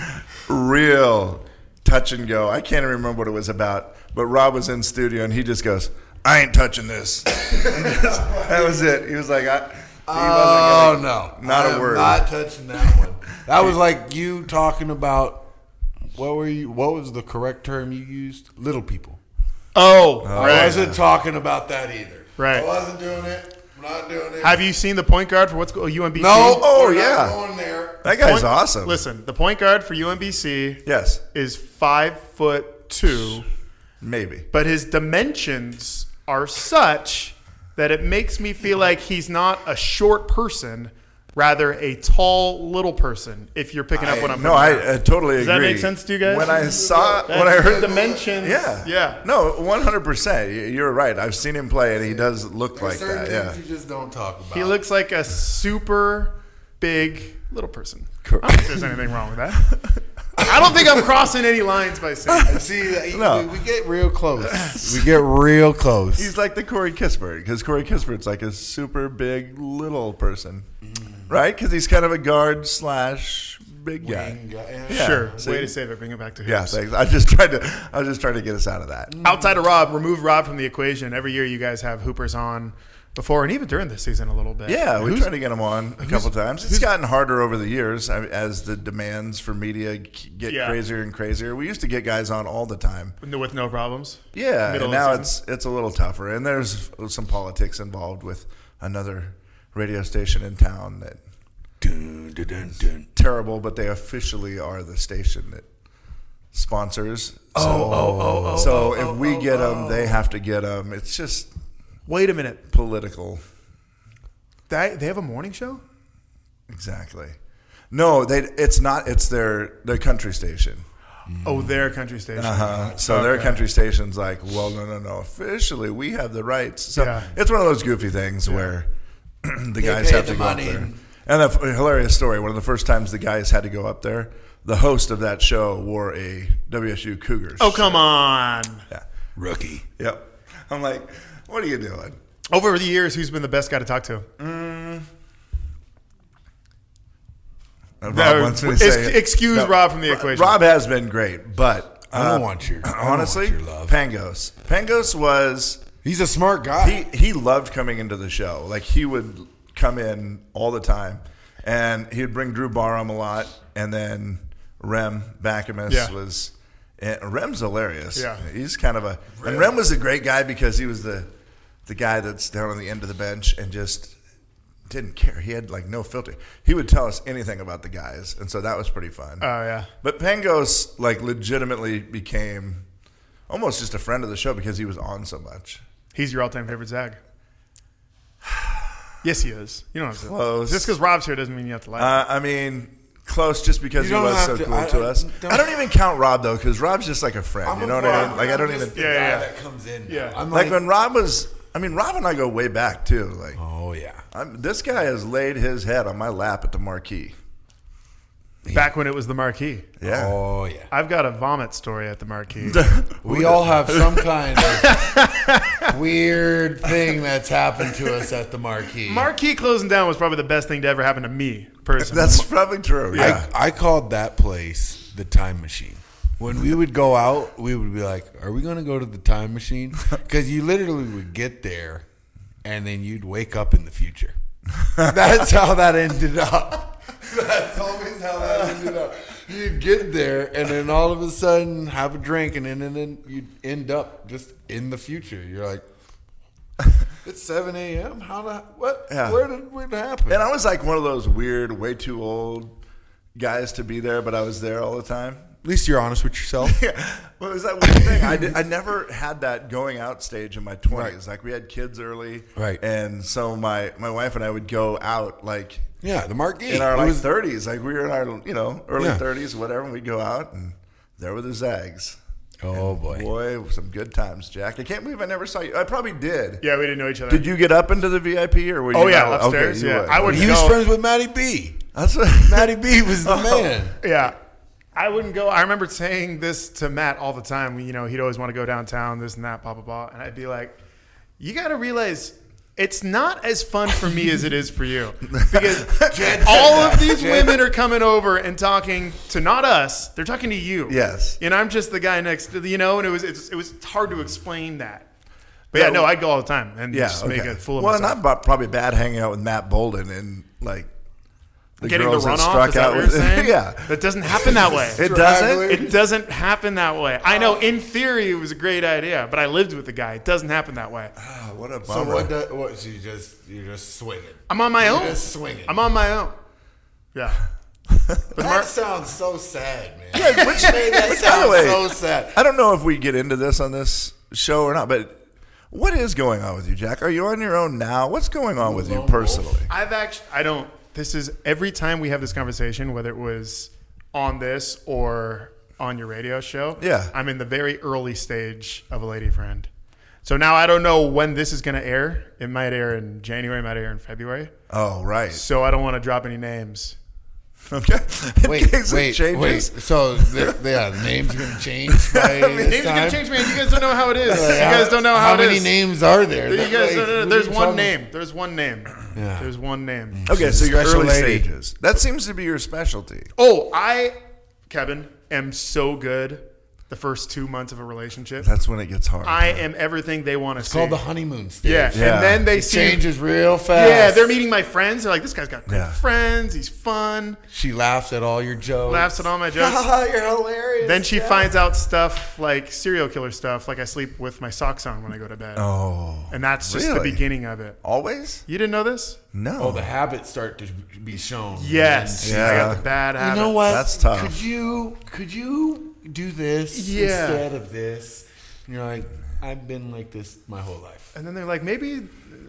Speaker 9: real touch and go. I can't even remember what it was about, but Rob was in studio and he just goes, "I ain't touching this." And just- that was it. He was like, I, he
Speaker 10: Oh
Speaker 9: wasn't
Speaker 10: no,
Speaker 9: gonna- not
Speaker 10: I
Speaker 9: a
Speaker 10: am
Speaker 9: word.
Speaker 10: Not touching that one. That was like you talking about what were you? What was the correct term you used? Little people.
Speaker 5: Oh,
Speaker 10: I
Speaker 5: right.
Speaker 10: wasn't talking about that either.
Speaker 5: Right.
Speaker 10: I wasn't doing it. I'm not doing it.
Speaker 5: Have you seen the point guard for what's called UMBC?
Speaker 10: No.
Speaker 9: Oh,
Speaker 10: we're not
Speaker 9: yeah.
Speaker 10: Going there.
Speaker 9: that guy's
Speaker 5: Point-
Speaker 9: awesome.
Speaker 5: Listen, the point guard for UMBC
Speaker 9: Yes,
Speaker 5: is five foot two,
Speaker 9: maybe.
Speaker 5: but his dimensions are such that it makes me feel like he's not a short person, rather a tall little person. If you're picking up what I'm
Speaker 9: No, I, I totally agree.
Speaker 5: Does that make sense to you guys?
Speaker 9: When I saw,
Speaker 5: That's
Speaker 9: when I heard
Speaker 5: the dimensions.
Speaker 9: Yeah.
Speaker 5: yeah.
Speaker 9: No, 100%. You're right. I've seen him play and he does look
Speaker 10: There's
Speaker 9: like
Speaker 10: certain
Speaker 9: that.
Speaker 10: things
Speaker 9: Yeah.
Speaker 10: you just don't talk about.
Speaker 5: He looks like a super big little person.
Speaker 9: Correct.
Speaker 5: I don't think there's anything wrong with that. I don't think I'm crossing any lines by saying that.
Speaker 10: See, that-
Speaker 9: No.
Speaker 10: we, we get real close. we get real close.
Speaker 9: He's like the Corey Kispert because Corey Kispert's like a super big little person,
Speaker 10: Mm.
Speaker 9: right? Because he's kind of a guard slash big guy. Yeah.
Speaker 5: Sure.
Speaker 9: See?
Speaker 5: Way to save it. Bring it back to him.
Speaker 9: Yeah, thanks. I just tried to. I was just trying to get us out of that.
Speaker 10: Mm.
Speaker 5: Outside of Rob, remove Rob from the equation. Every year you guys have Hoopers on before and even during this season a little bit.
Speaker 9: Yeah, we tried to get him on a couple times. It's gotten harder over the years I- as the demands for media g- get
Speaker 5: Yeah.
Speaker 9: crazier and crazier. We used to get guys on all the time.
Speaker 5: With no problems.
Speaker 9: Yeah,
Speaker 5: Middle
Speaker 9: and
Speaker 5: of
Speaker 9: now
Speaker 5: season.
Speaker 9: it's it's a little tougher, and there's some politics involved with another radio station in town that
Speaker 10: Dun, dun, dun, dun.
Speaker 9: terrible, but they officially are the station that sponsors. Oh, so, oh, oh, oh. So if we get 'em, get them, they have to get them. It's just
Speaker 5: Wait a minute.
Speaker 9: political.
Speaker 5: They, they have a morning show?
Speaker 9: Exactly. No, they. It's not. It's their their country station.
Speaker 5: Oh, their country station.
Speaker 9: Uh, so their country station's like, well, no, no, no. Officially, we have the rights. So
Speaker 5: Yeah.
Speaker 9: it's one of those goofy things where the guys
Speaker 10: pay
Speaker 9: have
Speaker 10: the
Speaker 9: to go up
Speaker 10: money
Speaker 9: there.
Speaker 10: and-
Speaker 9: And a f- a hilarious story. One of the first times the guys had to go up there, the host of that show wore a WSU Cougars.
Speaker 5: Oh, come on.
Speaker 9: Yeah.
Speaker 10: Rookie.
Speaker 9: Yep. I'm like, what are you doing?
Speaker 5: Over the years, who's been the best guy to talk to?
Speaker 9: And
Speaker 5: No,
Speaker 9: Rob wants me to
Speaker 5: ex-
Speaker 9: say it.
Speaker 5: excuse Rob from the
Speaker 9: Ro-
Speaker 5: equation.
Speaker 9: Rob has been great, but
Speaker 10: I don't
Speaker 9: uh,
Speaker 10: want your I don't want
Speaker 9: honestly,
Speaker 10: your love.
Speaker 9: Pangos. Pangos was
Speaker 10: He's a smart guy.
Speaker 9: he he loved coming into the show. Like he would come in all the time, and he'd bring Drew Barham a lot, and then Rem Backamus
Speaker 5: Yeah.
Speaker 9: was. And Rem's hilarious.
Speaker 5: Yeah.
Speaker 9: he's kind of a and Rem was a great guy because he was the the guy that's down on the end of the bench and just didn't care. He had like no filter. He would tell us anything about the guys, and so that was pretty fun.
Speaker 5: Oh, yeah.
Speaker 9: But Pangos like legitimately became almost just a friend of the show because he was on so much.
Speaker 5: He's your all-time favorite Zag. Yes, he is. You don't have to.
Speaker 9: Close.
Speaker 5: Just because Rob's here doesn't mean you have to like.
Speaker 9: Uh, I mean, close just because
Speaker 5: You
Speaker 9: he
Speaker 5: don't
Speaker 9: was
Speaker 5: have
Speaker 9: so
Speaker 5: to-
Speaker 9: cool
Speaker 5: I-
Speaker 9: to
Speaker 5: I
Speaker 9: us.
Speaker 5: don't-
Speaker 9: I don't even count Rob though, because Rob's just like a friend.
Speaker 10: I'm
Speaker 9: you
Speaker 10: a
Speaker 9: know what I
Speaker 10: Rob.
Speaker 9: mean? Like I don't
Speaker 10: I'm
Speaker 9: even.
Speaker 10: just the Yeah, guy yeah. that comes in now.
Speaker 9: Yeah.
Speaker 10: I'm
Speaker 9: like,
Speaker 10: like-
Speaker 9: when Rob was. I mean, Rob and I go way back too. Like,
Speaker 10: oh yeah.
Speaker 9: I'm, this guy has laid his head on my lap at the marquee.
Speaker 5: Back when it was the Marquee.
Speaker 9: Yeah.
Speaker 10: Oh yeah.
Speaker 5: I've got a vomit story at the Marquee.
Speaker 10: We all have some kind of weird thing that's happened to us at the marquee.
Speaker 5: Marquee closing down was probably the best thing to ever happen to me personally.
Speaker 9: That's probably true. Yeah.
Speaker 10: I, I called that place the time machine. When we would go out, we would be like, "Are we going to go to the time machine?" Because you literally would get there, and then you'd wake up in the future. That's how that ended up. That's always how that ended up. You'd get there, and then all of a sudden, have a drink, and then and then you'd end up just in the future. You're like, "It's seven a.m. How the what?
Speaker 9: Yeah.
Speaker 10: Where did what happen?"
Speaker 9: And I was like one of those weird, way too old guys to be there, but I was there all the time.
Speaker 10: At least you're honest with yourself.
Speaker 9: Well, it was that weird thing. I, did, I never had that going out stage in my 20s. Like, we had kids early.
Speaker 10: Right.
Speaker 9: And so my, my wife and I would go out, like,
Speaker 10: Yeah, the marquee.
Speaker 9: in our
Speaker 10: It
Speaker 9: like
Speaker 10: was-
Speaker 9: 30s. Like, we were in our, you know, early
Speaker 10: Yeah.
Speaker 9: 30s, whatever. And we'd go out, and there were the Zags.
Speaker 10: Oh, boy.
Speaker 9: Boy, some good times, Jack. I can't believe I never saw you. I probably did.
Speaker 5: yeah, we didn't know each other.
Speaker 9: Did you get up into the VIP or were you?
Speaker 5: Oh, yeah,
Speaker 9: not?
Speaker 5: upstairs,
Speaker 9: you
Speaker 5: yeah.
Speaker 9: would.
Speaker 5: I would-
Speaker 10: He was
Speaker 5: No.
Speaker 10: friends with Matty B.
Speaker 9: That's what,
Speaker 10: Matty B was the man.
Speaker 5: Yeah. I wouldn't go. I remember saying this to Matt all the time. You know, he'd always want to go downtown, this and that, blah, blah, blah. And I'd be like, you got to realize it's not as fun for me as it is for you. Because all of these women are coming over and talking to not us, they're talking to you.
Speaker 9: Yes.
Speaker 5: And I'm just the guy next to the, you know, and it was, it's, it was hard to explain that. But yeah, no, I'd go all the time and
Speaker 9: yeah,
Speaker 5: just
Speaker 9: okay.
Speaker 5: make a fool of
Speaker 9: well,
Speaker 5: myself.
Speaker 9: and I'm bu- probably bad hanging out with Matt Bolden and like
Speaker 5: Getting the
Speaker 9: girls that
Speaker 5: runoff, is that what you're
Speaker 9: with-
Speaker 5: saying?
Speaker 9: yeah,
Speaker 5: That doesn't happen that way.
Speaker 9: It doesn't?
Speaker 5: It doesn't happen that way. I know in theory it was a great idea, but I lived with the guy. It doesn't happen that way.
Speaker 9: Ah, what a
Speaker 10: So
Speaker 9: bummer.
Speaker 10: what? Do, what? So you just you're just swinging.
Speaker 5: I'm on my
Speaker 10: You're
Speaker 5: own.
Speaker 10: Just swinging.
Speaker 5: I'm on my own. Yeah.
Speaker 10: that sounds so sad, man.
Speaker 9: Yeah, which-
Speaker 10: that
Speaker 9: which, by the
Speaker 10: sounds
Speaker 9: way,
Speaker 10: so sad.
Speaker 9: I don't know if we get into this on this show or not, but what is going on with you, Jack? Are you on your own now? What's going on with you personally?
Speaker 5: I've actually I don't this is every time we have this conversation whether it was on this or on your radio show.
Speaker 9: Yeah.
Speaker 5: I'm in the very early stage of a lady friend. So now I don't know when this is going to air. It might air in January, it might air in February.
Speaker 9: Oh, right.
Speaker 5: So I don't want to drop any names.
Speaker 9: Okay. In
Speaker 10: Wait,
Speaker 9: case it
Speaker 10: wait, wait.
Speaker 9: changes.
Speaker 10: So the, yeah, the name's gonna change. By this
Speaker 5: Names are
Speaker 10: time?
Speaker 5: gonna change, man. You guys don't know how it is.
Speaker 10: Like,
Speaker 5: you guys don't know how,
Speaker 10: how
Speaker 5: it
Speaker 10: many
Speaker 5: is.
Speaker 10: names are there.
Speaker 5: You
Speaker 10: Like,
Speaker 5: guys, no, no, no,
Speaker 10: what are
Speaker 5: There's
Speaker 10: you
Speaker 5: one
Speaker 10: talking-
Speaker 5: name. There's one name. There's one name.
Speaker 9: Okay, so you're
Speaker 10: Special
Speaker 9: early
Speaker 10: lady.
Speaker 9: stages. That seems to be your specialty.
Speaker 5: Oh, I, Kevin, am so good. The first two months of a relationship,
Speaker 9: That's when it gets hard.
Speaker 5: I am everything they want to
Speaker 10: It's
Speaker 5: see.
Speaker 10: called the honeymoon stage.
Speaker 5: yeah.
Speaker 9: Yeah.
Speaker 5: and then they
Speaker 10: It
Speaker 5: see.
Speaker 10: changes real fast.
Speaker 5: Yeah, they're meeting my friends. They're like, this guy's got great
Speaker 9: Yeah.
Speaker 5: friends. He's fun.
Speaker 10: She laughs at all your jokes.
Speaker 5: Laughs at all my jokes.
Speaker 10: You're hilarious.
Speaker 5: then she finds out stuff like serial killer stuff, like I sleep with my socks on when I go to bed,
Speaker 9: Oh,
Speaker 5: and that's just
Speaker 9: really?
Speaker 5: the beginning of it.
Speaker 9: always?
Speaker 5: You didn't know this?
Speaker 9: No.
Speaker 10: Oh, the habits start to be shown.
Speaker 5: Yes.
Speaker 9: Yeah.
Speaker 5: I got the bad
Speaker 10: Mm-hmm. You
Speaker 5: habit.
Speaker 10: know what?
Speaker 9: That's tough.
Speaker 10: Could you could you do this
Speaker 5: Yeah.
Speaker 10: instead of this? And you're like, I've been like this my whole life.
Speaker 5: And then they're like, maybe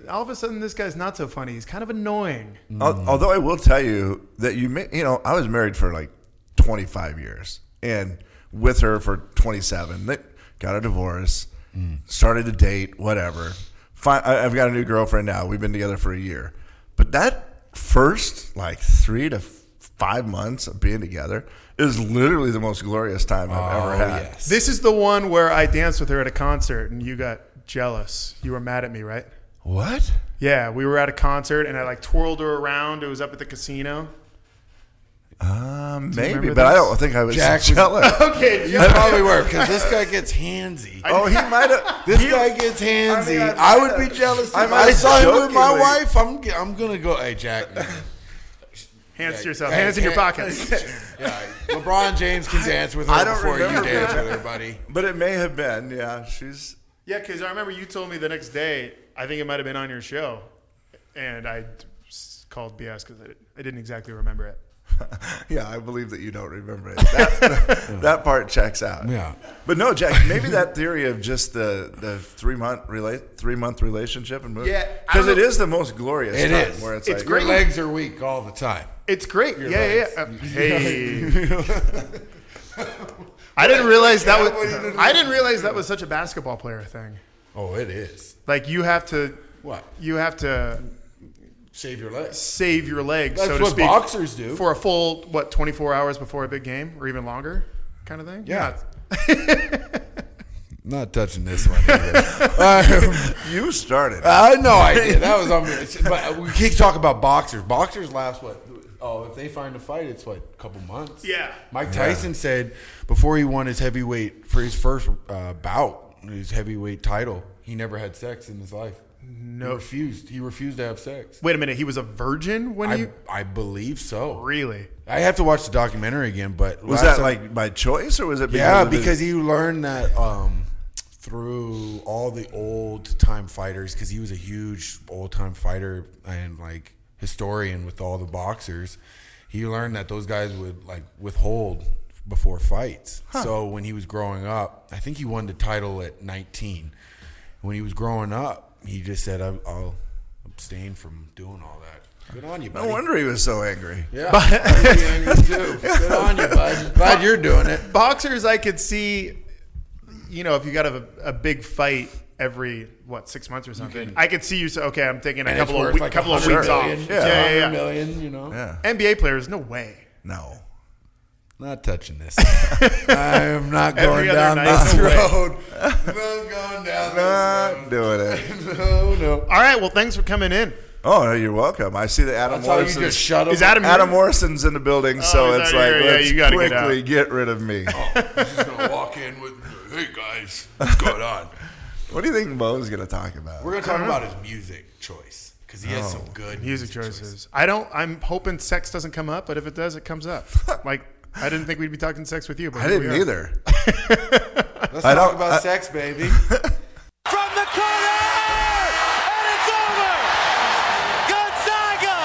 Speaker 5: all of a sudden this guy's not so funny. He's kind of annoying.
Speaker 10: mm.
Speaker 9: Al- Although I will tell you that you, ma- you know, I was married for like 25 years and with her for 27. That got a divorce,
Speaker 10: Mm.
Speaker 9: started to date, whatever. Fine, I, I've got a new girlfriend now. We've been together for a year, but that first like three to f- five months of being together is literally the most glorious time I've
Speaker 10: Oh,
Speaker 9: ever had.
Speaker 5: This is the one where I danced with her at a concert and you got jealous. You were mad at me, right?
Speaker 9: What?
Speaker 5: Yeah, we were at a concert and I like twirled her around. It was up at the casino.
Speaker 9: Um, maybe,
Speaker 5: remember
Speaker 9: but I
Speaker 5: this?
Speaker 9: don't think I was
Speaker 10: Jack was-
Speaker 9: jealous.
Speaker 5: Okay,
Speaker 10: You probably were because this guy gets handsy.
Speaker 9: oh, he might have.
Speaker 10: This guy gets handsy. I,
Speaker 9: I-
Speaker 10: would be jealous. If
Speaker 9: I
Speaker 10: I,
Speaker 9: might have
Speaker 10: saw him with my
Speaker 9: jokingly-
Speaker 10: wife. I'm g- I'm gonna go. Hey Jack. man.
Speaker 5: hands to yourself,
Speaker 10: Hey,
Speaker 5: hands in your
Speaker 10: hey,
Speaker 5: pockets.
Speaker 10: yeah, LeBron James can dance with her
Speaker 9: I don't
Speaker 10: before you
Speaker 9: remember
Speaker 10: dance
Speaker 9: that.
Speaker 10: with her, buddy.
Speaker 9: But it may have been. Yeah, she's.
Speaker 5: yeah, because I remember you told me the next day, I think it might have been on your show, and I s- called BS because I, I didn't exactly remember it.
Speaker 12: Yeah, I believe that you don't remember it. That, that part checks out.
Speaker 10: Yeah.
Speaker 12: but no, Jack. Maybe that theory of just the the three month relate three month relationship and move.
Speaker 10: Yeah, I
Speaker 12: because
Speaker 10: don't
Speaker 12: it
Speaker 10: know-
Speaker 12: is the most glorious.
Speaker 10: It
Speaker 12: time
Speaker 10: is.
Speaker 12: Where it's,
Speaker 10: It's
Speaker 12: like,
Speaker 10: great. Your legs are weak all the time.
Speaker 5: It's great.
Speaker 10: Your
Speaker 5: yeah,
Speaker 10: legs.
Speaker 5: yeah, yeah. Uh,
Speaker 10: You-
Speaker 5: hey. I didn't realize that
Speaker 10: Yeah,
Speaker 5: was.
Speaker 10: what do you do?
Speaker 5: I didn't realize that was such a basketball player thing.
Speaker 10: Oh, it is.
Speaker 5: Like you have to.
Speaker 10: What?
Speaker 5: You have to
Speaker 10: Save your legs.
Speaker 5: save your legs.
Speaker 10: That's
Speaker 5: so to
Speaker 10: what
Speaker 5: speak,
Speaker 10: boxers do.
Speaker 5: for a full what 24 hours before a big game or even longer, kind of thing.
Speaker 10: Yeah. Not touching this one. either.
Speaker 12: You started.
Speaker 10: I know I did. That was on me. It's- But we keep talking about boxers. Boxers last what? Oh, if they find a fight, it's what a couple months.
Speaker 5: Yeah.
Speaker 10: Mike
Speaker 12: Yeah.
Speaker 10: Tyson said before he won his heavyweight for his first uh, bout, his heavyweight title, he never had sex in his life. No, he refused. He refused to have sex.
Speaker 5: Wait a minute. He was a virgin when
Speaker 10: I,
Speaker 5: you
Speaker 10: I believe so.
Speaker 5: really.
Speaker 10: I have to watch the documentary again, but
Speaker 12: was
Speaker 10: last
Speaker 12: that
Speaker 10: time-
Speaker 12: like by choice or was it?
Speaker 10: yeah,
Speaker 12: of his-
Speaker 10: because he learned that um, through all the old time fighters, because he was a huge old time fighter and like historian with all the boxers. He learned that those guys would like withhold before fights. So when he was growing up, I think he won the title at 19. When he was growing up, he just said, "I'll, I'll abstain from doing all that." Good on you, buddy.
Speaker 12: no wonder he was so angry.
Speaker 10: yeah, I'd be angry too. Good on you, bud. Glad you're doing it.
Speaker 5: Boxers, I could see. You know, if you got a, a big fight every what six months or something, I could see you. say, okay, I'm taking a
Speaker 10: And it's
Speaker 5: couple of
Speaker 10: worth
Speaker 5: we-
Speaker 10: like
Speaker 5: couple of
Speaker 10: 100
Speaker 5: weeks
Speaker 10: million,
Speaker 5: off.
Speaker 10: it's
Speaker 5: Yeah,
Speaker 10: 100
Speaker 5: yeah, yeah.
Speaker 10: million, you know.
Speaker 12: Yeah.
Speaker 5: NBA players, no way.
Speaker 12: No.
Speaker 10: Not touching this. I am not going
Speaker 5: Every other
Speaker 10: down
Speaker 5: night,
Speaker 10: this
Speaker 5: no way.
Speaker 10: road. Not going down
Speaker 12: Not
Speaker 10: this road.
Speaker 12: doing it.
Speaker 10: No, no.
Speaker 5: All right, well, thanks for coming in.
Speaker 12: Oh, no, you're welcome. I see that Adam
Speaker 10: That's how you
Speaker 12: Morrison-
Speaker 10: just shut him. Oh,
Speaker 5: Is Adam?
Speaker 12: Adam
Speaker 5: here?
Speaker 12: Morrison's in the building,
Speaker 5: he's
Speaker 12: so it's
Speaker 5: out
Speaker 12: like
Speaker 5: here. Yeah,
Speaker 12: let's
Speaker 5: you gotta get
Speaker 12: quickly
Speaker 5: out.
Speaker 12: get, rid of me.
Speaker 10: He's just gonna walk in with, "Hey guys, what's going on?"
Speaker 12: What do you think Mo's gonna talk about?
Speaker 10: We're gonna talk about his music choice because he has some good
Speaker 5: Music choices. I don't. I'm hoping sex doesn't come up, but if it does, it comes up. like I didn't think we'd be talking sex with you, but
Speaker 12: I
Speaker 5: here
Speaker 12: didn't
Speaker 5: we are.
Speaker 12: either.
Speaker 10: Let's
Speaker 12: I
Speaker 10: talk
Speaker 12: don't-
Speaker 10: about
Speaker 5: Uh,
Speaker 12: I-
Speaker 10: sex, baby.
Speaker 13: From the corner! And it's over! Gonzaga!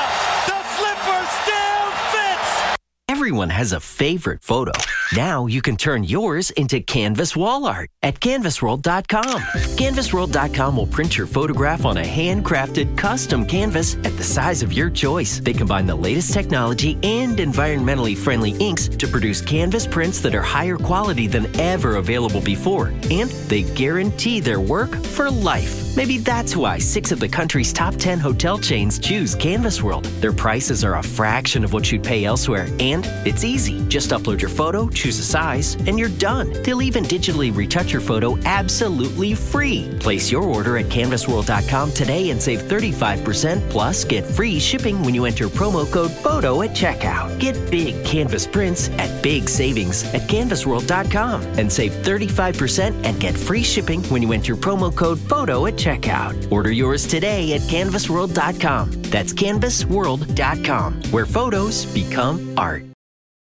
Speaker 13: The flipper still fits!
Speaker 9: Everyone has a favorite photo. Now you can turn yours into canvas wall art at canvasworld.com. Canvasworld.com will print your photograph on a handcrafted custom canvas at the size of your choice. They combine the latest technology and environmentally friendly inks to produce canvas prints that are higher quality than ever available before. And they guarantee their work for life. Maybe that's why six of the country's top 10 hotel chains choose Canvas World. Their prices are a fraction of what you'd pay elsewhere, and it's easy. Just upload your photo, choose a size, and you're done. They'll even digitally retouch your photo absolutely free. Place your order at canvasworld.com today and save 35%. Plus, get free shipping when you enter promo code PHOTO at checkout. Get big canvas prints at big savings at canvasworld.com and save 35% and get free shipping when you enter promo code PHOTO at checkout. Order yours today at canvasworld.com. That's canvasworld.com, where photos become art.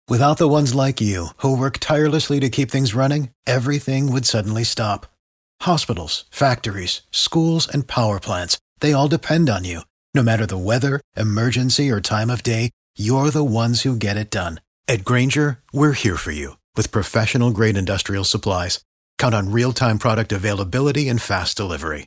Speaker 14: Without the ones like you, who work tirelessly to keep things running, everything would suddenly stop. Hospitals, factories, schools, and power plants, they all depend on you. No matter the weather, emergency, or time of day, you're the ones who get it done. At Granger, we're here for you with professional grade industrial supplies. Count on real time product availability and fast delivery.